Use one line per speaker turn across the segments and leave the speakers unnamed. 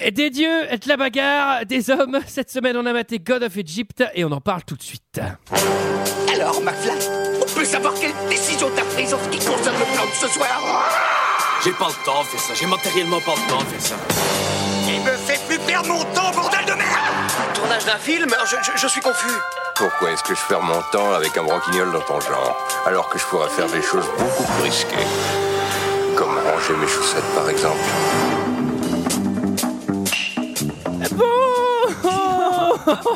Et Des dieux, de la bagarre, des hommes. Cette semaine, on a maté God of Egypt et on en parle tout de suite.
Alors, McFly, on peut savoir quelle décision t'as prise en ce qui concerne le plan de ce soir
J'ai pas le temps de faire ça. J'ai matériellement pas le temps de faire ça.
Il me fait plus perdre mon temps, bordel de merde
Tournage d'un film je, je- je suis confus.
Pourquoi est-ce que je perds mon temps avec un branquignol dans ton genre Alors que je pourrais faire des choses beaucoup plus risquées. Comme ranger mes chaussettes par exemple.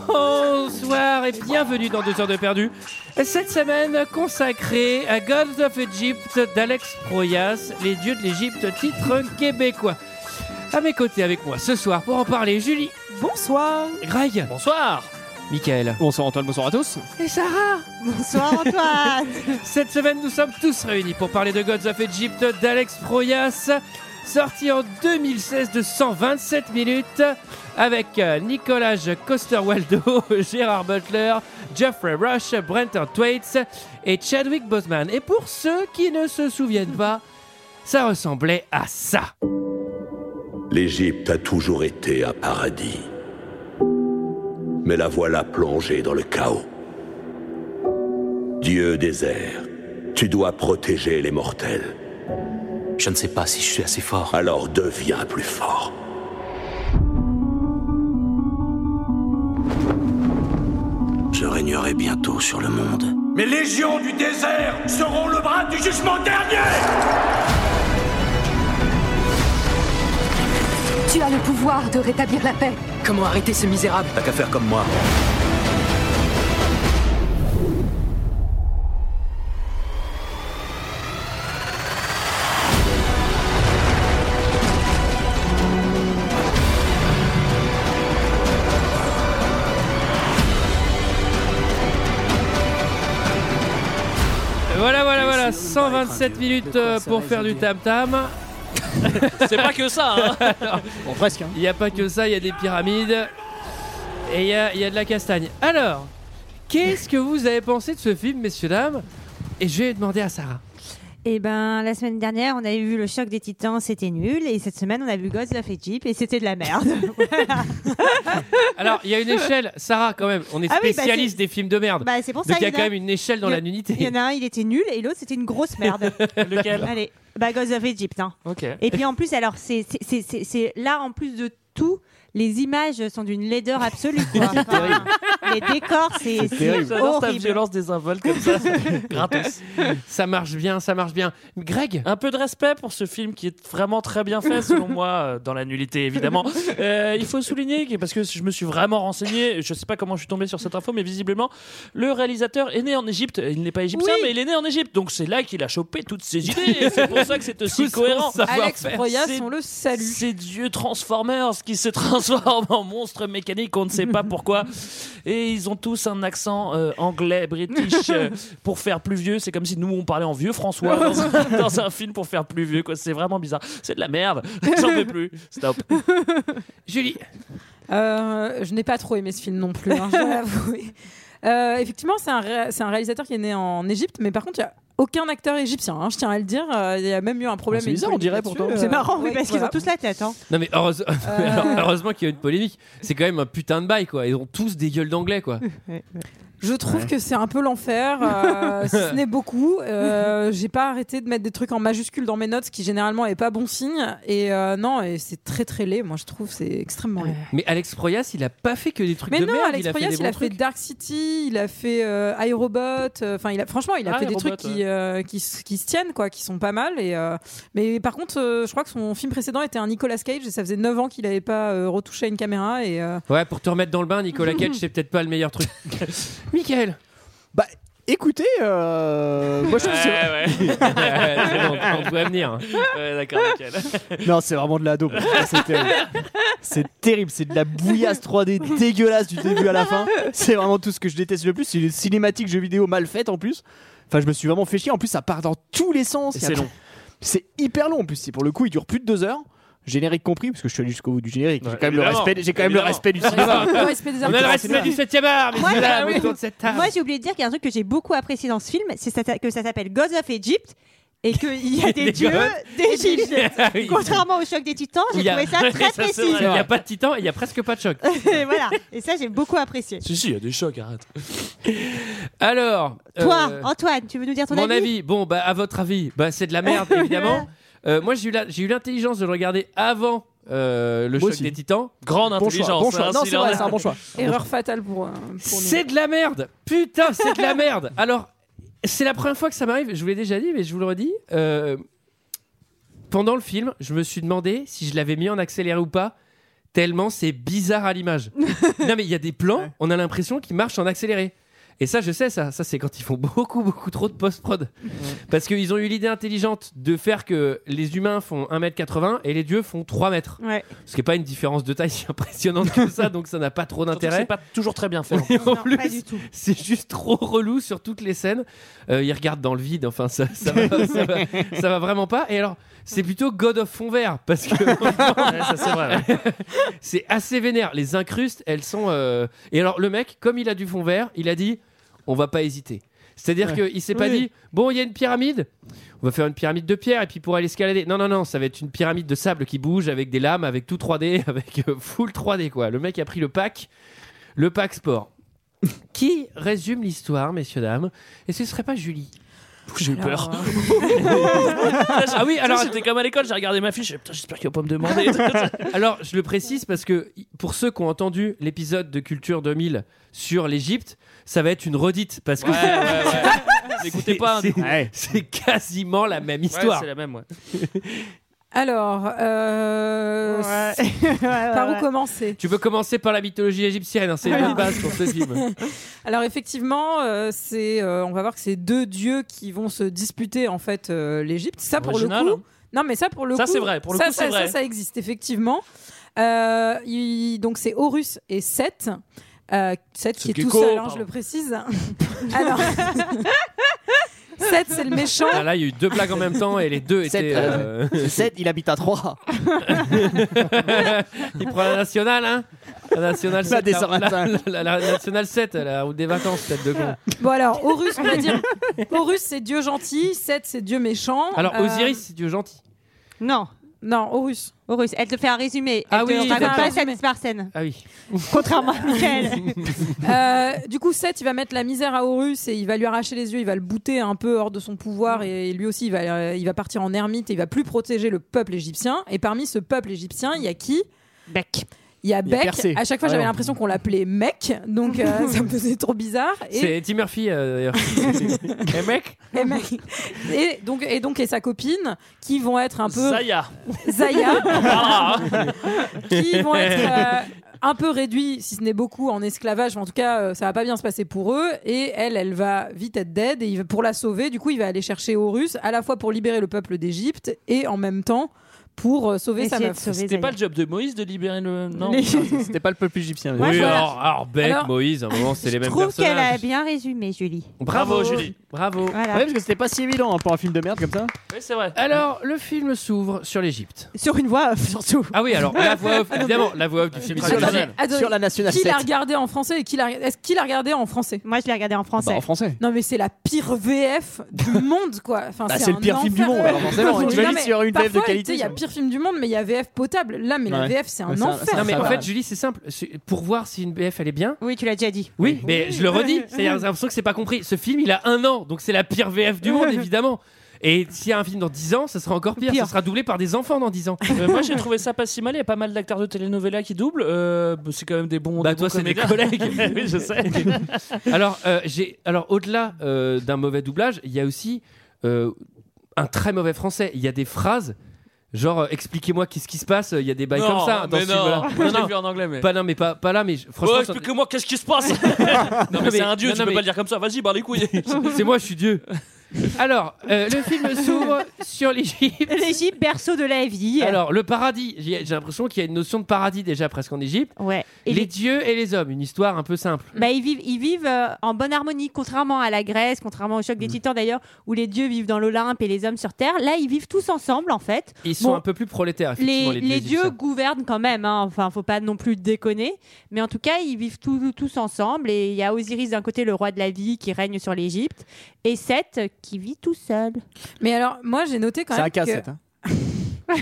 Bonsoir et bienvenue dans 2 heures de perdu. Cette semaine consacrée à God of Egypt d'Alex Proyas, les dieux de l'Égypte, titre québécois. À mes côtés avec moi ce soir pour en parler, Julie. Bonsoir. Greg.
Bonsoir
Michael.
Bonsoir Antoine, bonsoir à tous
Et Sarah.
Bonsoir Antoine
Cette semaine, nous sommes tous réunis pour parler de Gods of Egypt d'Alex Proyas, sorti en 2016 de 127 minutes, avec euh, Nicolas Coster-Waldo, Gérard Butler, Jeffrey Rush, Brenton Thwaites et Chadwick Boseman. Et pour ceux qui ne se souviennent pas, ça ressemblait à ça.
L'Égypte a toujours été un paradis. Mais la voilà plongée dans le chaos. Dieu des airs, tu dois protéger les mortels,
Je ne sais pas si je suis assez fort.
alors deviens plus fort.
Je régnerai bientôt sur le monde.
Mes légions du désert seront le bras du jugement dernier
Tu as le pouvoir de rétablir la paix.
Comment arrêter ce misérable
T'as qu'à faire comme moi.
Voilà, voilà, voilà, 127 minutes euh, pour faire du tam-tam.
C'est pas que ça hein Bon presque hein.
Il n'y a pas que ça, il y a des pyramides et il y a, il y a de la castagne. Alors, qu'est-ce que vous avez pensé de ce film, messieurs, dames Et je vais demander à Sarah.
Eh ben, la semaine dernière, on avait vu Le Choc des Titans, c'était nul. Et cette semaine, on a vu Gods of Egypt et c'était de la merde.
Alors, il y a une échelle, Sarah, quand même, on est
Ah oui, bah,
spécialiste des films de merde.
bah, c'est pour
Donc
ça
il y a
en
quand même une échelle dans
il y
la
a- Il y
nudité.
en a un, il était nul et l'autre, c'était une grosse merde.
Lequel
Allez, bah, Gods of Egypt. Hein.
Ok.
Et puis en plus, alors, c'est c'est- c'est- c'est- c'est- là, en plus de tout, les images sont d'une laideur absolue. quoi. Enfin, les décors, c'est c'est
J'adore ta
horrible.
violence désinvolte comme ça, gratos.
Ça marche bien, ça marche bien. Greg
Un peu de respect pour ce film qui est vraiment très bien fait, selon moi, euh, dans la nullité évidemment. Euh, il faut souligner, que- parce que je me suis vraiment renseigné, je sais pas comment je suis tombé sur cette info, mais visiblement, le réalisateur est né en Égypte. Il n'est pas égyptien,
Oui.
mais il est né en Égypte. Donc c'est là qu'il a chopé toutes ses idées, et c'est pour ça que c'est aussi
son
cohérent.
savoir-faire.
Alex Proyas, on le salue. C'est Dieu Transformers qui se transforme en monstre mécanique, on ne sait pas pourquoi. Et ils ont tous un accent euh, anglais, british, euh, pour faire plus vieux. C'est comme si nous, on parlait en vieux François dans un, dans un film pour faire plus vieux. quoi. C'est vraiment bizarre. C'est de la merde. J'en peux plus. Stop.
Julie
Euh, je n'ai pas trop aimé ce film non plus, hein, je dois l'avouer. Euh, effectivement, c'est un, ré- c'est un réalisateur qui est né en Égypte, mais par contre, il n'y a aucun acteur égyptien, hein, je tiens à le dire. Euh, Il y a même eu un problème.
C'est bizarre, on dirait pourtant.
euh,
C'est marrant, oui, parce qu'ils ont tous la tête. Hein.
Non mais heureuse- Alors,
Euh.
heureusement qu'il y a une polémique. C'est quand même un putain de bail, quoi. Ils ont tous des gueules d'anglais, quoi.
Je trouve que c'est un peu l'enfer, euh, si ce n'est beaucoup. Euh, J'ai pas arrêté de mettre des trucs en majuscules dans mes notes, ce qui généralement est pas bon signe. Et euh, non, et c'est très très laid, moi je trouve, c'est extrêmement laid.
Mais Alex Proyas, il a pas fait que des trucs
Mais
de
non,
merde.
Alex
il a
Proyas,
fait des
il
bons
a fait
trucs.
Dark City, il a fait euh, iRobot. euh, Enfin, il a franchement, il a
Ah,
fait des
iRobot,
trucs qui, euh, qui, s- qui se tiennent, quoi, qui sont pas mal. Et euh, mais par contre, euh, je crois que son film précédent était un Nicolas Cage et ça faisait 9 ans qu'il n'avait pas euh, retouché à une caméra. Et euh,
Ouais, pour te remettre dans le bain, Nicolas Cage, c'est peut-être pas le meilleur truc. Michael
Écoutez, euh, moi je trouve que c'est-
ouais.
Ouais, c'est bon, on doit venir.
Ouais, D'accord, nickel.
Non, c'est vraiment de la daube. Ah, C'est terrible. C'est terrible, c'est de la bouillasse 3D dégueulasse du début à la fin. C'est vraiment tout ce que je déteste le plus. C'est une cinématique jeu vidéo mal faite en plus. Enfin, je me suis vraiment fait chier. En plus, ça part dans tous les sens.
Et
Il y a-
C'est long.
C'est hyper long en plus. C'est- Pour le coup, il dure plus de deux heures. Générique compris, parce que je suis allé jusqu'au bout du générique.
Ouais,
j'ai quand même, le
évidemment.
respect, j'ai quand même le
Évidemment.
respect du cinéma.
le respect des
On a le
artistes.
respect du 7 art, messieurs
bah
Moi,
dames,
oui.
autour de cette table.
Moi, j'ai oublié de dire qu'il y a un truc que j'ai beaucoup apprécié dans ce film, c'est ça- que ça s'appelle Gods of Egypt et qu'il y a des
Des
dieux,
gottes.
des gilets.
Ah oui.
Contrairement au choc des titans,
Il
j'ai
y a-
trouvé ça très
c'est vrai,
précis.
Il n'y a pas de titan et il n'y a presque pas de choc.
Et voilà. Et ça, j'ai beaucoup apprécié.
Si, si, il y a des chocs, arrête.
Alors.
Toi,
euh,
Antoine, tu veux nous dire ton
Mon avis, bon, bah, à votre avis, bah, c'est de la merde, évidemment. Euh, moi, j'ai eu la- j'ai eu l'intelligence de le regarder avant euh, le
Moi
choc
aussi.
des titans.
Grande
Bon choix,
intelligence.
bon choix.
hein,
Non,
s'il
c'est
en
vrai,
a.
c'est un bon choix.
Erreur fatale pour, euh, pour nous.
C'est de la merde Putain, c'est de la merde Alors, c'est la première fois que ça m'arrive, je vous l'ai déjà dit, mais je vous le redis. Euh, pendant le film, je me suis demandé si je l'avais mis en accéléré ou pas, tellement c'est bizarre à l'image. non mais il y a des plans, on a l'impression qu'ils marchent en accéléré. Et ça, je sais, ça, ça c'est quand ils font beaucoup, beaucoup trop de post-prod. Parce qu'ils ont eu l'idée intelligente de faire que les humains font 1m80 et les dieux font 3 mètres.
Ouais.
Ce qui n'est pas une différence de taille si impressionnante que ça, donc ça n'a pas trop
Surtout que
d'intérêt.
C'est pas toujours très bien fait. hein.
Et en
Non,
plus,
pas du tout.
c'est juste trop relou sur toutes les scènes. Euh, il regarde dans le vide, enfin ça, ça, va, ça va- ça va vraiment pas. Et alors, c'est plutôt God of Fond Vert parce que
Ouais, ça, c'est vrai. ouais.
c'est assez vénère. Les incrustes, elles sont. euh, Et alors, le mec, comme il a du fond vert, il a dit on va pas hésiter. C'est-à-dire qu'il s'est pas
Oui.
dit bon, il y a une pyramide, on va faire une pyramide de pierre et puis pour aller escalader. Non, non, non, ça va être une pyramide de sable qui bouge avec des lames, avec tout 3D, avec euh, full 3D quoi. Le mec a pris le pack, le pack sport. qui résume l'histoire, messieurs, dames Et ce serait pas Julie
J'ai eu peur.
Ah oui, alors
Alors, j'étais comme à l'école, j'ai regardé ma fiche, j'ai dit, putain, j'espère qu'il va pas me demander.
Alors, je le précise parce que pour ceux qui ont entendu l'épisode de Culture 2000 sur l'Égypte, ça va être une redite parce que
N'écoutez pas. hein,
c'est-
du coup. Ouais,
c'est quasiment la même histoire.
c'est la même, ouais.
Alors, euh, c'est- par où commencer
Tu peux commencer par la mythologie égyptienne, hein, c'est une bonne base pour ce film.
Alors effectivement, euh, c'est, euh, on va voir que c'est deux dieux qui vont se disputer en fait euh, l'Égypte. Ça pour
Original,
le
hein.
coup. Non, mais ça pour le
Ça,
coup.
c'est vrai, pour le
ça,
coup, c'est
ça,
vrai.
Ça, ça existe effectivement. Euh, il- donc c'est Horus et Seth. Euh, Seth qui est
Gecko,
tout seul, hein,
pardon.
je le précise. Alors, Seth c'est le méchant.
Ah, là, il y a eu deux blagues en même temps et les deux
Cette,
étaient. euh,
Le 7, il habite à 3.
il prend la nationale, hein La nationale
La
7.
des
la,
125.
la- la- la nationale 7, la route des vacances, tête de con.
Bon alors, Horus on va dire. Horus c'est dieu gentil, Seth c'est dieu méchant.
Alors,
Euh,
Osiris, c'est Dieu gentil.
Non,
Non, Horus.
Horus, elle te fait un résumé. Elle
Ah
te
oui,
raconte
d'accord.
pas scène par scène.
Ah oui.
Contrairement à Michael.
Euh, du coup, Seth, il va mettre la misère à Horus et il va lui arracher les yeux, il va le bouter un peu hors de son pouvoir et lui aussi, il va, euh, il va partir en ermite et il va plus protéger le peuple égyptien. Et parmi ce peuple égyptien, il y a qui
Bec.
Il y a Beck.
Persée.
à chaque fois, j'avais
Alors.
l'impression qu'on l'appelait Mec, donc euh, ça me faisait trop bizarre. Et,
C'est Eddie Murphy, euh, d'ailleurs. Eh, mec
et, Mec- et donc, et donc, et sa copine, qui vont être un peu
Zaya.
Zaya,
Ah, hein.
qui vont être euh, un peu réduits, si ce n'est beaucoup, en esclavage. En tout cas, euh, ça va pas bien se passer pour eux. Et elle, elle va vite être dead. Et il va- pour la sauver, du coup, il va aller chercher Horus, à la fois pour libérer le peuple d'Égypte et en même temps pour euh, sauver sa
Essayer de
meuf.
sauver
C'était
Zaya.
pas le job de Moïse de libérer le. Non.
Les-
C'était pas le peuple égyptien.
Ouais,
Oui,
voilà.
alors, alors Beck,
Alors,
Moïse, à un moment, c'est les
Je
mêmes
trouve qu'elle a
personnages.
bien résumé, Julie.
Bravo, Julie.
Bravo.
Voilà.
Ouais, parce que c'était pas si évident hein, pour un film de merde comme ça.
Oui, c'est vrai.
Alors, le film s'ouvre sur l'Égypte.
Sur une voix off, surtout.
Ah oui, alors, la voix off, évidemment, la voix off du film
Sur la,
traditionnel.
Attendez,
sur la nationale
Qui
7.
l'a regardé en français et qui l'a est-ce qu'il l'a regardé en français
Moi, je l'ai regardé en
Bah,
français.
en français.
Non mais c'est la pire VF du monde quoi. Enfin,
Bah, c'est le
un
pire film du
enfer.
monde, alors forcément,
Non,
tu imagines
mais
s'il y aurait une VF de
parfois,
qualité,
tu sais, Il y a
ça.
pire film du monde mais il y a VF potable. Là mais la
Ouais.
VF c'est un
Ouais, ça-
enfer.
ça-
Non, mais en
va.
fait, Julie, c'est simple. C'est- Pour voir si une BF elle est bien.
Oui, tu l'as déjà dit.
Oui, mais je le redis. C'est-à-dire, j'ai l'impression que c'est pas compris. Ce film, il a un an, donc c'est la pire VF du monde, évidemment. Et s'il y a un film dans 10 ans, ça sera encore pire.
Pire.
Ça sera doublé par des enfants dans 10 ans.
Euh, moi j'ai trouvé ça pas si mal, il y a pas mal d'acteurs de telenovela qui doublent, euh, bah, c'est quand même des bons.
Bah,
des bons
toi, c'est des
comédiens. Eh
collègues.
oui, je sais.
Alors, euh, j'ai, alors au-delà euh, d'un mauvais doublage, il y a aussi euh, un très mauvais français. Il y a des phrases, genre euh, expliquez-moi qu'est-ce qui se passe. euh, Il y a des bails
Non,
Bah, comme ça dans
mais
ce
non.
film-là.
Moi, je
Non,
l'ai
non,
vu en anglais, mais.
Pas non, mais pas, pas là, mais je-
Ouais,
franchement,
expliquez-moi qu'est-ce qui se passe Non,
mais-
mais c'est un dieu,
non,
tu
non,
peux
mais-
pas le dire comme ça, vas-y, barre les couilles
ça- c'est moi, je suis Dieu. Alors, euh, le film s'ouvre sur l'Égypte.
L'Égypte, berceau de la vie.
Alors, le paradis, j'ai j'ai l'impression qu'il y a une notion de paradis déjà presque en Égypte.
Ouais. Et
les dieux et les hommes, une histoire un peu simple.
Bah, ils vivent, ils vivent euh, en bonne harmonie, contrairement à la Grèce, contrairement au choc
Mm.
des titans d'ailleurs, où les dieux vivent dans l'Olympe et les hommes sur Terre. Là, ils vivent tous ensemble en fait.
Ils sont
Bon,
un peu plus prolétaires, effectivement,
Les,
les,
les dieux
égyptiens.
gouvernent quand même, hein. enfin, faut pas non plus déconner. Mais en tout cas, ils vivent tous, tous ensemble. Et il y a Osiris d'un côté, le roi de la vie, qui règne sur l'Égypte, et Seth, qui vit tout seul.
Mais alors, moi, j'ai noté quand
C'est
même.
à cassette.
que-
hein.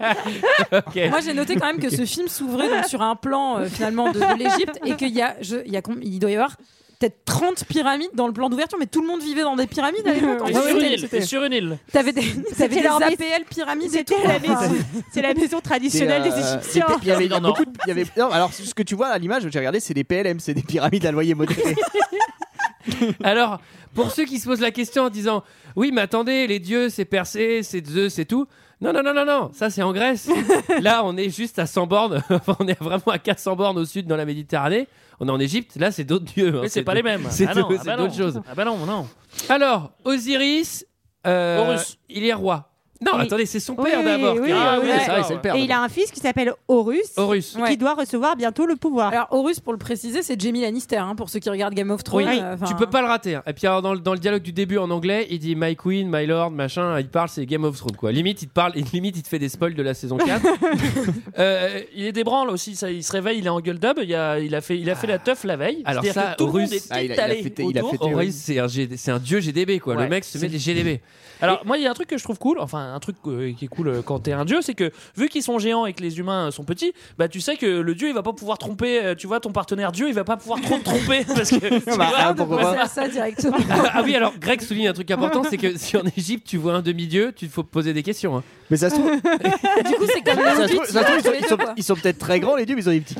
Moi, j'ai noté quand même que ce film s'ouvrait donc sur un plan euh, finalement de, de l'Égypte et qu'il y a, je- il y a com- il doit y avoir peut-être 30 pyramides dans le plan d'ouverture, mais tout le monde vivait dans des pyramides à l'époque. en
Et
fait.
sur, une
C'était-
île, et sur une île.
T'avais des, t'avais
C'était
des
leur maison.
APL pyramides et tout.
C'était la
enfin.
maison. C'est la maison traditionnelle
C'était,
des
euh,
Égyptiens.
c'était- Il y avait, il y a
Ah, Non, non.
beaucoup de- il y avait- non, alors ce que tu vois à l'image, j'ai regardé, c'est des PLM, c'est des pyramides à loyer modéré.
Alors, pour ceux qui se posent la question en disant Oui, mais attendez, les dieux, c'est Persée, c'est Zeus, c'est tout. Non, non, non, non, non, ça c'est en Grèce. Là, on est juste à 100 bornes. Enfin, on est vraiment à 400 bornes au sud dans la Méditerranée. On est en Égypte. Là, c'est d'autres dieux. hein.
Mais c'est pas les mêmes.
C'est
Ah
de-
non, ah
c'est
bah non.
d'autres choses.
Ah bah non, non.
Alors, Osiris, euh,
Horus.
il est roi. Non,
Oui.
attendez, c'est son
Oui,
père
oui,
d'abord.
oui,
qui est roi.
Ah oui,
oui.
c'est vrai, c'est le père.
Et il a un fils qui s'appelle Horus,
Horus.
Ouais.
qui doit recevoir bientôt le pouvoir.
Alors, Horus, pour le préciser, c'est Jamie Lannister, hein, pour ceux qui regardent Game of Thrones.
Oui,
euh, enfin,
tu peux pas le rater. hein. Et puis alors, dans, le, dans le dialogue du début en anglais, il dit My Queen, My Lord, machin, il parle, c'est Game of Thrones quoi. Limite, il te parle, limite, il te fait des spoils de la saison 4. Euh,
Il est débranle aussi, ça, il se réveille, il est en gueule d'homme, il a, il a fait, il a fait la teuf la veille.
Alors
C'est-à-dire
ça,
que tout le
Horus-
monde est
Ah, il a- il a
étalé
fêté- il a
autour.
fêté
Horus, c'est un, G- c'est un dieu GDB quoi.
Ouais,
Le mec se
c'est-
met des GDB.
Alors moi il y a un truc que je trouve cool, enfin un truc euh, qui est cool euh, quand t'es un dieu, c'est que vu qu'ils sont géants et que les humains euh, sont petits, bah tu sais que le dieu il va pas pouvoir tromper, euh, tu vois ton partenaire dieu il va pas pouvoir trop te tromper parce que tu
Bah,
vois,
ah,
on peut
pourquoi
penser
pas
à ça directement.
ah oui, alors Greg souligne un truc important, c'est que si en Égypte tu vois un demi-dieu, tu te faut poser des questions. hein.
Mais ça se trouve,
du coup, c'est comme
ça se
le
trouve-
Hobbit,
ça se trouve,
tu vois,
ils
tu
sont,
vois, quoi.
ils sont peut-être très grands les dieux, mais ils ont des petits.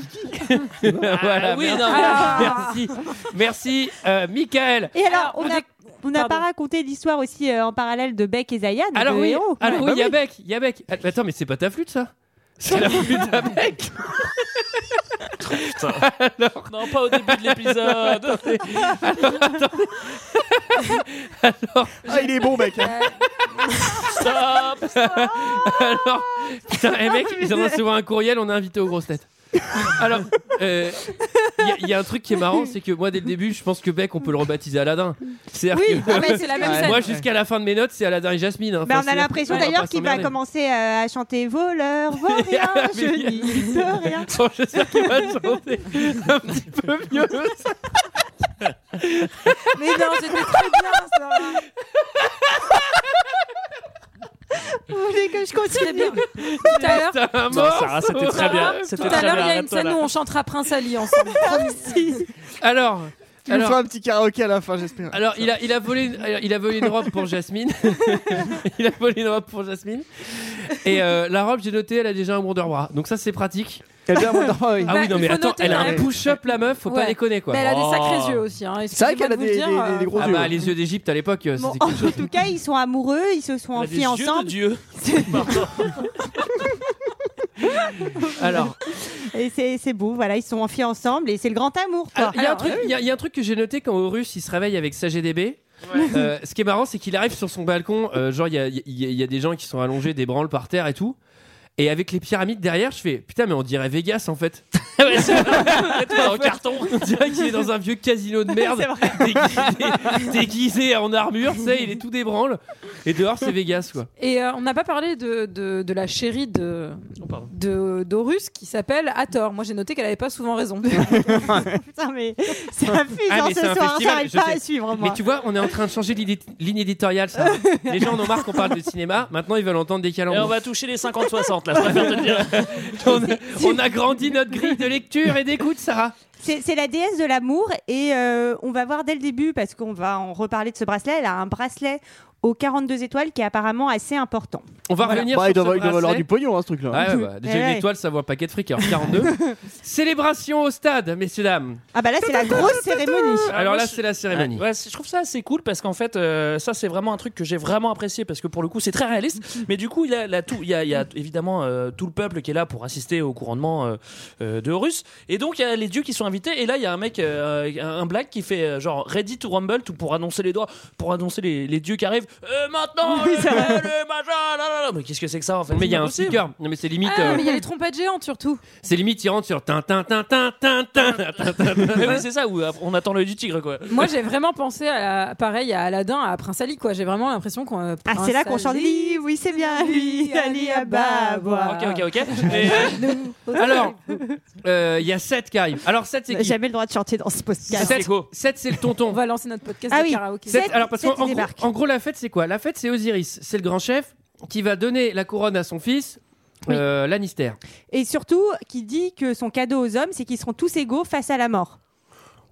voilà,
oui,
merci.
non,
Ah.
merci, merci, euh, Michael.
Et alors, on
on
n'a
est-
on n'a
Pardon.
pas raconté l'histoire aussi euh, en parallèle de Beck et Zayan.
Alors
de
oui,
héros.
alors
Ouais.
oui, Yabek, Yabek. Ah, Attends, mais c'est pas ta flûte ça C'est la flûte d'Abek.
Non pas au début de l'épisode.
Ah, il est bon, mec.
Stop.
Alors, putain, les mecs, ils ont souvent un courriel, on a invité aux grosses têtes. Alors, euh, il y a- il y, a un truc qui est marrant, c'est que moi, dès le début, je pense que Beck, on peut le rebaptiser Aladdin.
Bah
C'est-à-dire
Oui,
que
ah, mais c'est la même
Ouais.
scène.
moi, jusqu'à la fin de mes notes, c'est Aladdin et Jasmine. hein.
Bah,
Enfin,
on a
c'est-
l'impression
on va
d'ailleurs
pas
qu'il va
s'emmerder.
commencer euh, à chanter voleur, vaut rien,
Ah, mais
je
bien.
n'y peux rien.
Bon, J'espère qu'il va chanter un petit peu mieux.
Mais non, c'était très bien ça.
Vous voulez que je
C'était
continue
bien. Tout à l'heure,
C'est un
Non,
mort.
Sarah c'était très bien.
tout
C'était
à
très bien.
l'heure, il y a une
arrête-toi
scène
là.
où on chantera Prince Ali ensemble. Promis.
Alors,
Tu me
alors,
feras un petit karaoké à la fin, j'espère.
alors, il, a, il, a volé une, alors, il a volé une robe pour Jasmine. il a volé une robe pour Jasmine. Et euh, la robe, j'ai noté, elle a déjà un bon de roi. Donc, ça, c'est pratique.
Eh bien, mon enfant, oui.
Ah
Bah,
oui, non,
il
mais
faut
attends,
noter
elle a
quand
un
même.
push-up la meuf, faut pas
Ouais.
déconner quoi.
Mais elle a
Oh.
des sacrés yeux aussi. Hein.
C'est vrai qu'elle a des,
Excusez-moi de vous le
des-
dire,
des- des gros
Ah
yeux.
bah, les yeux d'Égypte à l'époque, euh,
Bon,
c'était quelque
En
chose.
tout cas, ils sont amoureux, ils se sont
Elle a des
enfuis
yeux de
ensemble.
Dieu.
Alors,
Et c'est c'est beau, voilà, ils se sont enfuis ensemble et c'est le grand amour. quoi.
Ah,
alors, il y a un truc- il y, a- il y a un truc que j'ai noté quand Horus il se réveille avec sa GDB. Euh, ce qui est marrant, c'est qu'il arrive sur son balcon. euh, genre, il y a, il y a- il y a des gens qui sont allongés, des branles par terre et tout. Et avec les pyramides derrière, je fais putain, mais on dirait Vegas en fait.
Ouais, c'est vrai. Toi, en carton.
On dirait qu'il est dans un vieux casino de merde, déguisé, déguisé en armure, tu sais, il est tout débranle. Et dehors, c'est Vegas quoi.
Et euh, on n'a pas parlé de, de, de la chérie de
Oh, pardon.
de- d'Horus qui s'appelle Hathor. Moi, j'ai noté qu'elle avait pas souvent raison.
Putain, mais c'est un film
Ah, mais
ce
c'est un
soir,
festival,
j'arrive
je
pas
sais.
à suivre moi.
Mais tu vois, on est en train de changer l'idée- ligne éditoriale. Ça. Les gens en ont marre qu'on parle de cinéma. Maintenant, ils veulent entendre des
Et on
calembours.
va toucher les 50-60 là, je préfère te le dire.
On, a- on a grandi notre grille de lecture et d'écoute, Sarah.
C'est c'est la déesse de l'amour et euh, on va voir dès le début parce qu'on va en reparler de ce bracelet. Elle a un bracelet aux 42 étoiles qui est apparemment assez important.
On va revenir
Bah, il
sur
doit,
ce
il doit valoir
bracelet.
du pognon, hein, ce truc-là.
Ouais, ouais, bah, déjà
Eh
Ouais,
une
ouais.
étoile, ça vaut un paquet de fric. Alors 42. Célébration au stade, messieurs dames.
Ah bah là c'est la grosse cérémonie.
Alors
Ah, moi,
là,
je- Ah,
c'est la cérémonie.
Ouais, c'est- je trouve ça assez cool parce qu'en fait, euh, ça c'est vraiment un truc que j'ai vraiment apprécié parce que pour le coup c'est très réaliste. Mais du coup, il y a, là, tout, il y a, il y a évidemment euh, tout le peuple qui est là pour assister au couronnement euh, euh, de Horus. Et donc il y a les dieux qui sont invités. Et là, il y a un mec, euh, un un black qui fait euh, genre ready to rumble tout pour annoncer les doigts, pour annoncer les, les dieux qui arrivent. Euh, maintenant,
Oui,
euh,
ça va.
le machin, là, là, là. Mais qu'est-ce que c'est que ça en fait
Mais il y a
C'est
un
pas possible.
sticker. Non, mais c'est limite.
Ah,
euh,
mais il y a les trompettes géantes surtout.
C'est limite, il rentre sur Tintin, Tintin, Tintin, Tintin,
Mais oui, c'est ça, où euh, on attend l'œil du tigre quoi.
Moi, j'ai vraiment pensé à la- pareil à Aladdin, à Prince Ali, quoi. J'ai vraiment l'impression qu'on. euh,
Ah, c'est là qu'on
Prince
chante
Ali.
Li, oui, c'est bien lui, Ali Ababa.
Ah, Ok, ok, ok. Et, euh,
Alors, euh, il y a 7 qui arrive. Alors, 7, c'est
On
qui
n'a jamais le droit de chanter dans ce podcast.
7, c'est le tonton.
On va lancer notre podcast
Ah
de
oui.
karaoké.
Sept-
Sept- alors parce
sept,
qu'en
il
gros-
débarque.
en gros, la fête, c'est quoi La fête, c'est Osiris. C'est le grand chef qui va donner la couronne à son fils, euh, Lannister.
Et surtout, qui dit que son cadeau aux hommes, c'est qu'ils seront tous égaux face à la mort.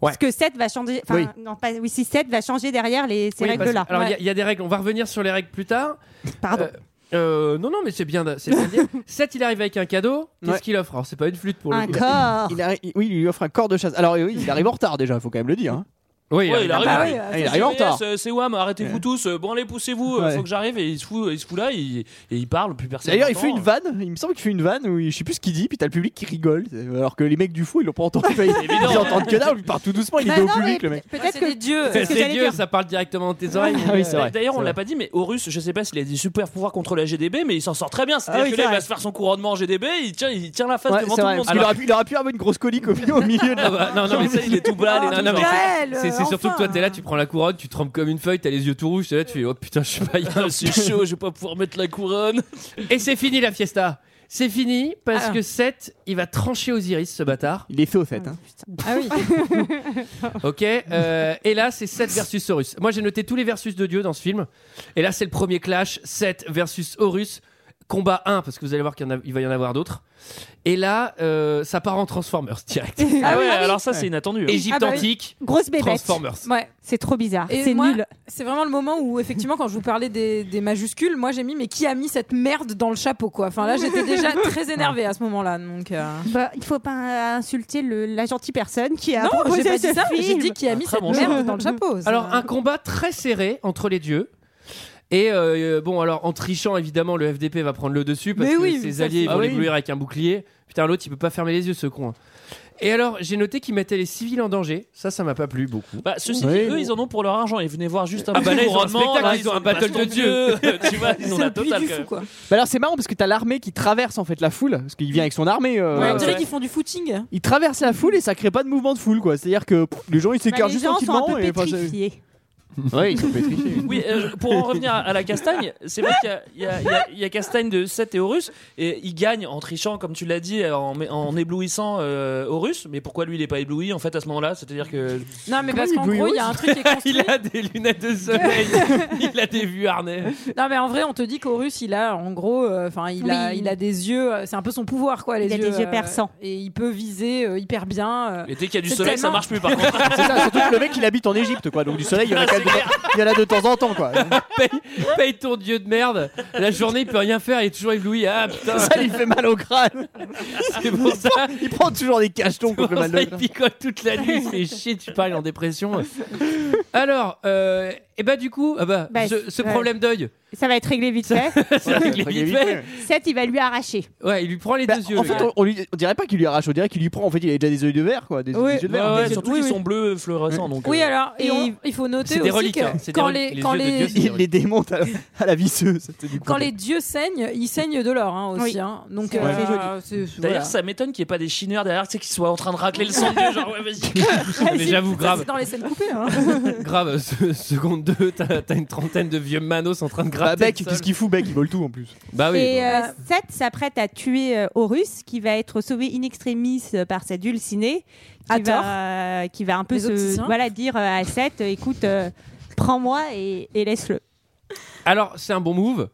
Ouais.
Parce que 7 va changer. Enfin,
Oui.
non, pas. Oui, si 7 va changer derrière les, ces
Oui, parce-
règles-là.
Alors, il y a-
Ouais.
il y, a des règles. On va revenir sur les règles plus tard.
Pardon.
Euh, euh, non, non, mais c'est bien. de- C'est bien de dire. Seth, il arrive avec un cadeau. Qu'est-ce
Ouais.
qu'il offre Alors, c'est pas une flûte pour le
un
coup.
corps.
Il arri- oui, il lui offre un corps de chasse. Alors oui, il arrive en retard déjà, faut quand même le dire. hein.
Oui, euh, ah,
Ouais, il arrive.
bah
à-
oui,
à-
il arrive en
CVS,
retard.
euh, C'est Wam, arrêtez-vous tous. euh, Bon, allez, poussez-vous. euh,
Ouais.
Faut que j'arrive. Et il se fout, il se fout là. il- et il parle, plus personne.
D'ailleurs, il
n'entend.
fait une vanne. Il me semble qu'il fait une vanne où il- je sais plus ce qu'il dit, puis t'as le public qui rigole. Alors que les mecs du fou, ils l'ont pas entendu. Enfin, ils,
évident.
ils entendent que dalle, il part tout doucement, il
Bah
est au
non,
public
mais
le mec.
Ouais,
Peut-être
c'est
que.
des dieux.
c'est ce que
C'est
j'allais
Dieu,
dire.
ça parle directement de tes oreilles.
Ah oui, c'est vrai.
D'ailleurs, on
c'est
l'a
vrai.
pas dit, mais Horus, je sais pas s'il a des super pouvoirs contre la GDB, mais il s'en sort très bien. C'est-à-dire
Ah oui,
que
c'est
là, il
vrai.
va se faire son couronnement en GDB, il tient, il tient la face
Ouais,
devant
c'est
tout
vrai,
le monde.
parce qu'il aurait pu- il aurait pu avoir une grosse colique au milieu, au milieu de la-
Ah bah, non, non, mais
mais ça, il est tout blâle et
Non,
tout,
non, mais
genre.
C'est c'est surtout que toi, t'es là, tu prends la couronne, tu trempes comme une feuille, t'as les yeux tout rouges, t'es là, tu fais oh putain, je suis pas bien.
Ah, C'est chaud, je vais pas pouvoir mettre la couronne.
Et c'est fini la fiesta. C'est fini parce
Ah.
que Seth, il va trancher Osiris, ce bâtard.
Il est fait au fait. hein.
Ah oui.
Ok. euh, et là, c'est Seth versus Horus. Moi, j'ai noté tous les versus de Dieu dans ce film. Et là, c'est le premier clash Seth versus Horus. Combat 1, parce que vous allez voir qu'il y en a- il va y en avoir d'autres. Et là, euh, ça part en Transformers direct.
Ah ouais,
oui, ah oui.
alors ça, c'est inattendu. hein.
Égypte
Ah bah oui.
antique,
Grosse bébête.
Transformers.
Ouais.
C'est trop bizarre.
Et
C'est
moi,
nul.
C'est vraiment le moment où, effectivement, quand je vous parlais des, des majuscules, moi j'ai mis, mais qui a mis cette merde dans le chapeau, quoi. Enfin là, j'étais déjà très énervée à ce moment-là. Donc, euh,
Bah, il faut pas insulter le- la gentille personne qui a
non, j'ai
proposé
pas
ce
dit ça, mais j'ai
film.
dit qui a mis
très
cette
bon
merde
choix.
dans le chapeau. ça.
Alors, un combat très serré entre les dieux. Et euh, bon, alors en trichant, évidemment, le FDP va prendre le dessus parce
Mais
que
oui, mais
ses
ça,
alliés
c'est-
ils vont
Ah
les
oui.
bouillir avec un bouclier. Putain, l'autre, il peut pas fermer les yeux, ce con. hein. Et alors, j'ai noté qu'ils mettaient les civils en danger. Ça, ça m'a pas plu beaucoup.
Bah, ceci
Oui.
dit, eux, ils en ont pour leur argent. Ils venaient voir juste un
Ah bah là, ils ont un
couronnement,
spectacle,
là,
ils ont un battle
baston
de dieux.
tu vois, ils
c'est
ont la
le puits
totale.
du
quand
fou,
même.
quoi.
Bah alors c'est marrant parce que t'as l'armée qui traverse en fait la foule, parce qu'il vient avec son armée. euh,
Ouais, on
euh,
dirait qu'ils font du
Bah,
footing.
Il traverse la foule et ça crée pas de mouvement de foule quoi. C'est à dire que pff, les gens ils
Bah,
s'écartent
les
juste
gens sont un
tranquillement.
peu
et, enfin, c'est-
pétrifiés.
Ouais, ils sont pétrifiés.
Oui, euh, pour en revenir à, à la Castagne, c'est vrai qu'il y a- il y, a- il y a- il y a Castagne de 7 et Horus, et il gagne en trichant, comme tu l'as dit, euh, en, en éblouissant euh, Horus. Mais pourquoi lui, il est pas ébloui en fait à ce moment-là C'est-à-dire que.
Non,
Comment
mais parce
il
qu'en
bouille
gros, il y a
aussi
un truc qui est construit.
Il a des lunettes de soleil, il a des vues harnais.
Non, mais en vrai, on te dit qu'Horus, il a en gros, euh, enfin, il, a,
Oui.
il a des yeux, euh, c'est un peu son pouvoir, quoi, les
Il a
yeux.
des yeux
euh,
perçants.
Et il peut viser euh, hyper bien. euh.
Et dès qu'il y a du
C'est
soleil, ça
tellement-
marche plus par contre.
C'est ça, surtout que le mec il habite en Égypte quoi, donc du soleil il y en a, quand même de- il y en a de temps en temps quoi.
Paye ton dieu de merde. La journée, il peut rien faire, il est toujours ébloui. Ah putain,
Ça lui fait mal au crâne.
c'est pour ça.
Il prend toujours des cachetons contre le
Comment
mal
ça,
de
il
crâne.
picole toute la nuit, il se fait chier, tu parles en dépression. Alors, euh, et bah du coup, ah bah,
Bah,
ce, ce
ouais.
problème d'œil,
Ça va être réglé vite fait.
c'est avec les
Très
vite
vite,
fait.
ouais.
7, il va lui arracher.
Ouais, il lui prend les
Bah,
deux yeux.
en
le
fait,
gars.
on, on lui- on dirait pas qu'il lui arrache, on dirait qu'il lui prend. En fait, il a déjà des yeux de verre, quoi. Des,
Ouais,
des yeux de
Ouais,
verre.
ouais,
Des-
surtout
oui,
qu'ils
oui.
sont bleus fluorescents. Donc,
Oui,
euh,
alors, et
et
on-
on-
il faut
C'est
noter
des
aussi
reliques,
que
hein, c'est des
quand,
reliques.
les,
Les
quand,
yeux de
les,
Dieu, c'est-
Il les démonte à la, à la visseuse. C'est du coup-
quand les dieux saignent, ils saignent de l'or hein, aussi.
Oui.
hein. Donc,
C'est
euh, c'est-
D'ailleurs,
voilà.
ça m'étonne qu'il n'y ait pas des chineurs derrière, tu sais, qui soient en train de racler le sang de Dieu, genre, ouais, vas-y.
Mais j'avoue,
Ça,
grave,
c'est dans les scènes coupées. hein.
grave, euh, se- seconde 2, t'as t'as une trentaine de vieux manos en train de gratter.
Bah, Beck,
le sol.
qu'est-ce qu'il fout, Beck Il vole tout en plus.
Bah oui.
et
bon.
euh, Seth s'apprête à tuer euh, Horus, qui va être sauvé in extremis euh, par sa dulcinée, qui,
À tort.
va, euh, qui va un peu
Les
se,
opticiens.
voilà, dire euh, à Seth euh, écoute, euh, prends-moi et, et laisse-le.
Alors, c'est un bon move.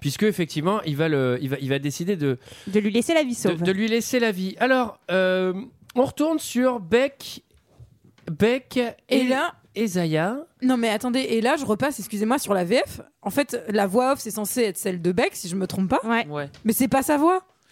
Puisque effectivement, il va, le, il va, il va décider de,
De lui laisser la vie
de,
sauve.
de lui laisser la vie. Alors, euh, on retourne sur Beck, Beck
Et là,
et Zaya.
non mais attendez, et là je repasse, excusez-moi, sur la VF. En fait, la voix off c'est censé être celle de Beck, si je me trompe pas,
Ouais.
Ouais.
mais c'est pas sa voix.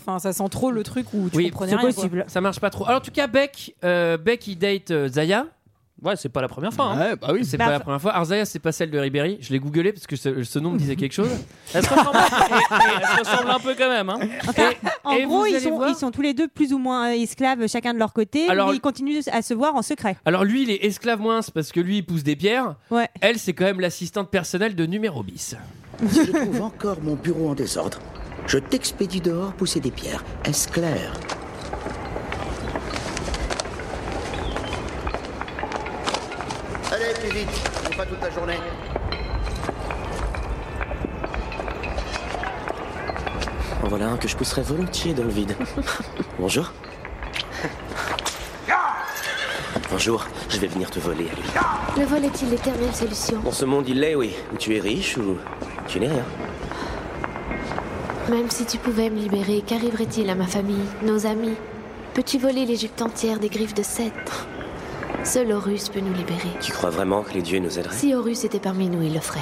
Enfin ça sent trop le truc où tu
oui,
comprenais rien. quoi.
Ça marche pas trop. Alors en tout cas Beck, euh, Beck il date euh, Zaya.
Ouais, c'est pas la première fois.
Ouais, bah oui. C'est
Bah,
pas la première fois. Alors Zaya, c'est pas celle de Ribéry. Je l'ai googlé parce que ce, ce nom me disait quelque chose.
Elle se ressemble, elle se ressemble un peu quand même. Hein.
En
Et
gros,
vous
ils
allez
sont,
voir-
ils sont tous les deux plus ou moins euh, esclaves, chacun de leur côté,
Alors-
mais ils continuent à se voir en secret.
Alors lui, il est esclave moins c'est parce que lui, il pousse des pierres.
Ouais.
Elle, c'est quand même l'assistante personnelle de numéro 10.
Si je trouve encore mon bureau en désordre, je t'expédie dehors pousser des pierres. Est-ce clair
Allez, plus vite, on pas toute la journée.
En voilà un que je pousserais volontiers dans le vide. Bonjour. Un jour, je vais venir te voler à lui.
Le vol est-il l'éternelle solution
Dans ce monde, il l'est, oui. Ou tu es riche ou tu n'es rien.
Même si tu pouvais me libérer, qu'arriverait-il à ma famille, nos amis Peux-tu voler l'Égypte entière des griffes de Seth Seul Horus peut nous libérer.
Tu crois vraiment que les dieux nous aideraient
Si Horus était parmi nous, il le ferait.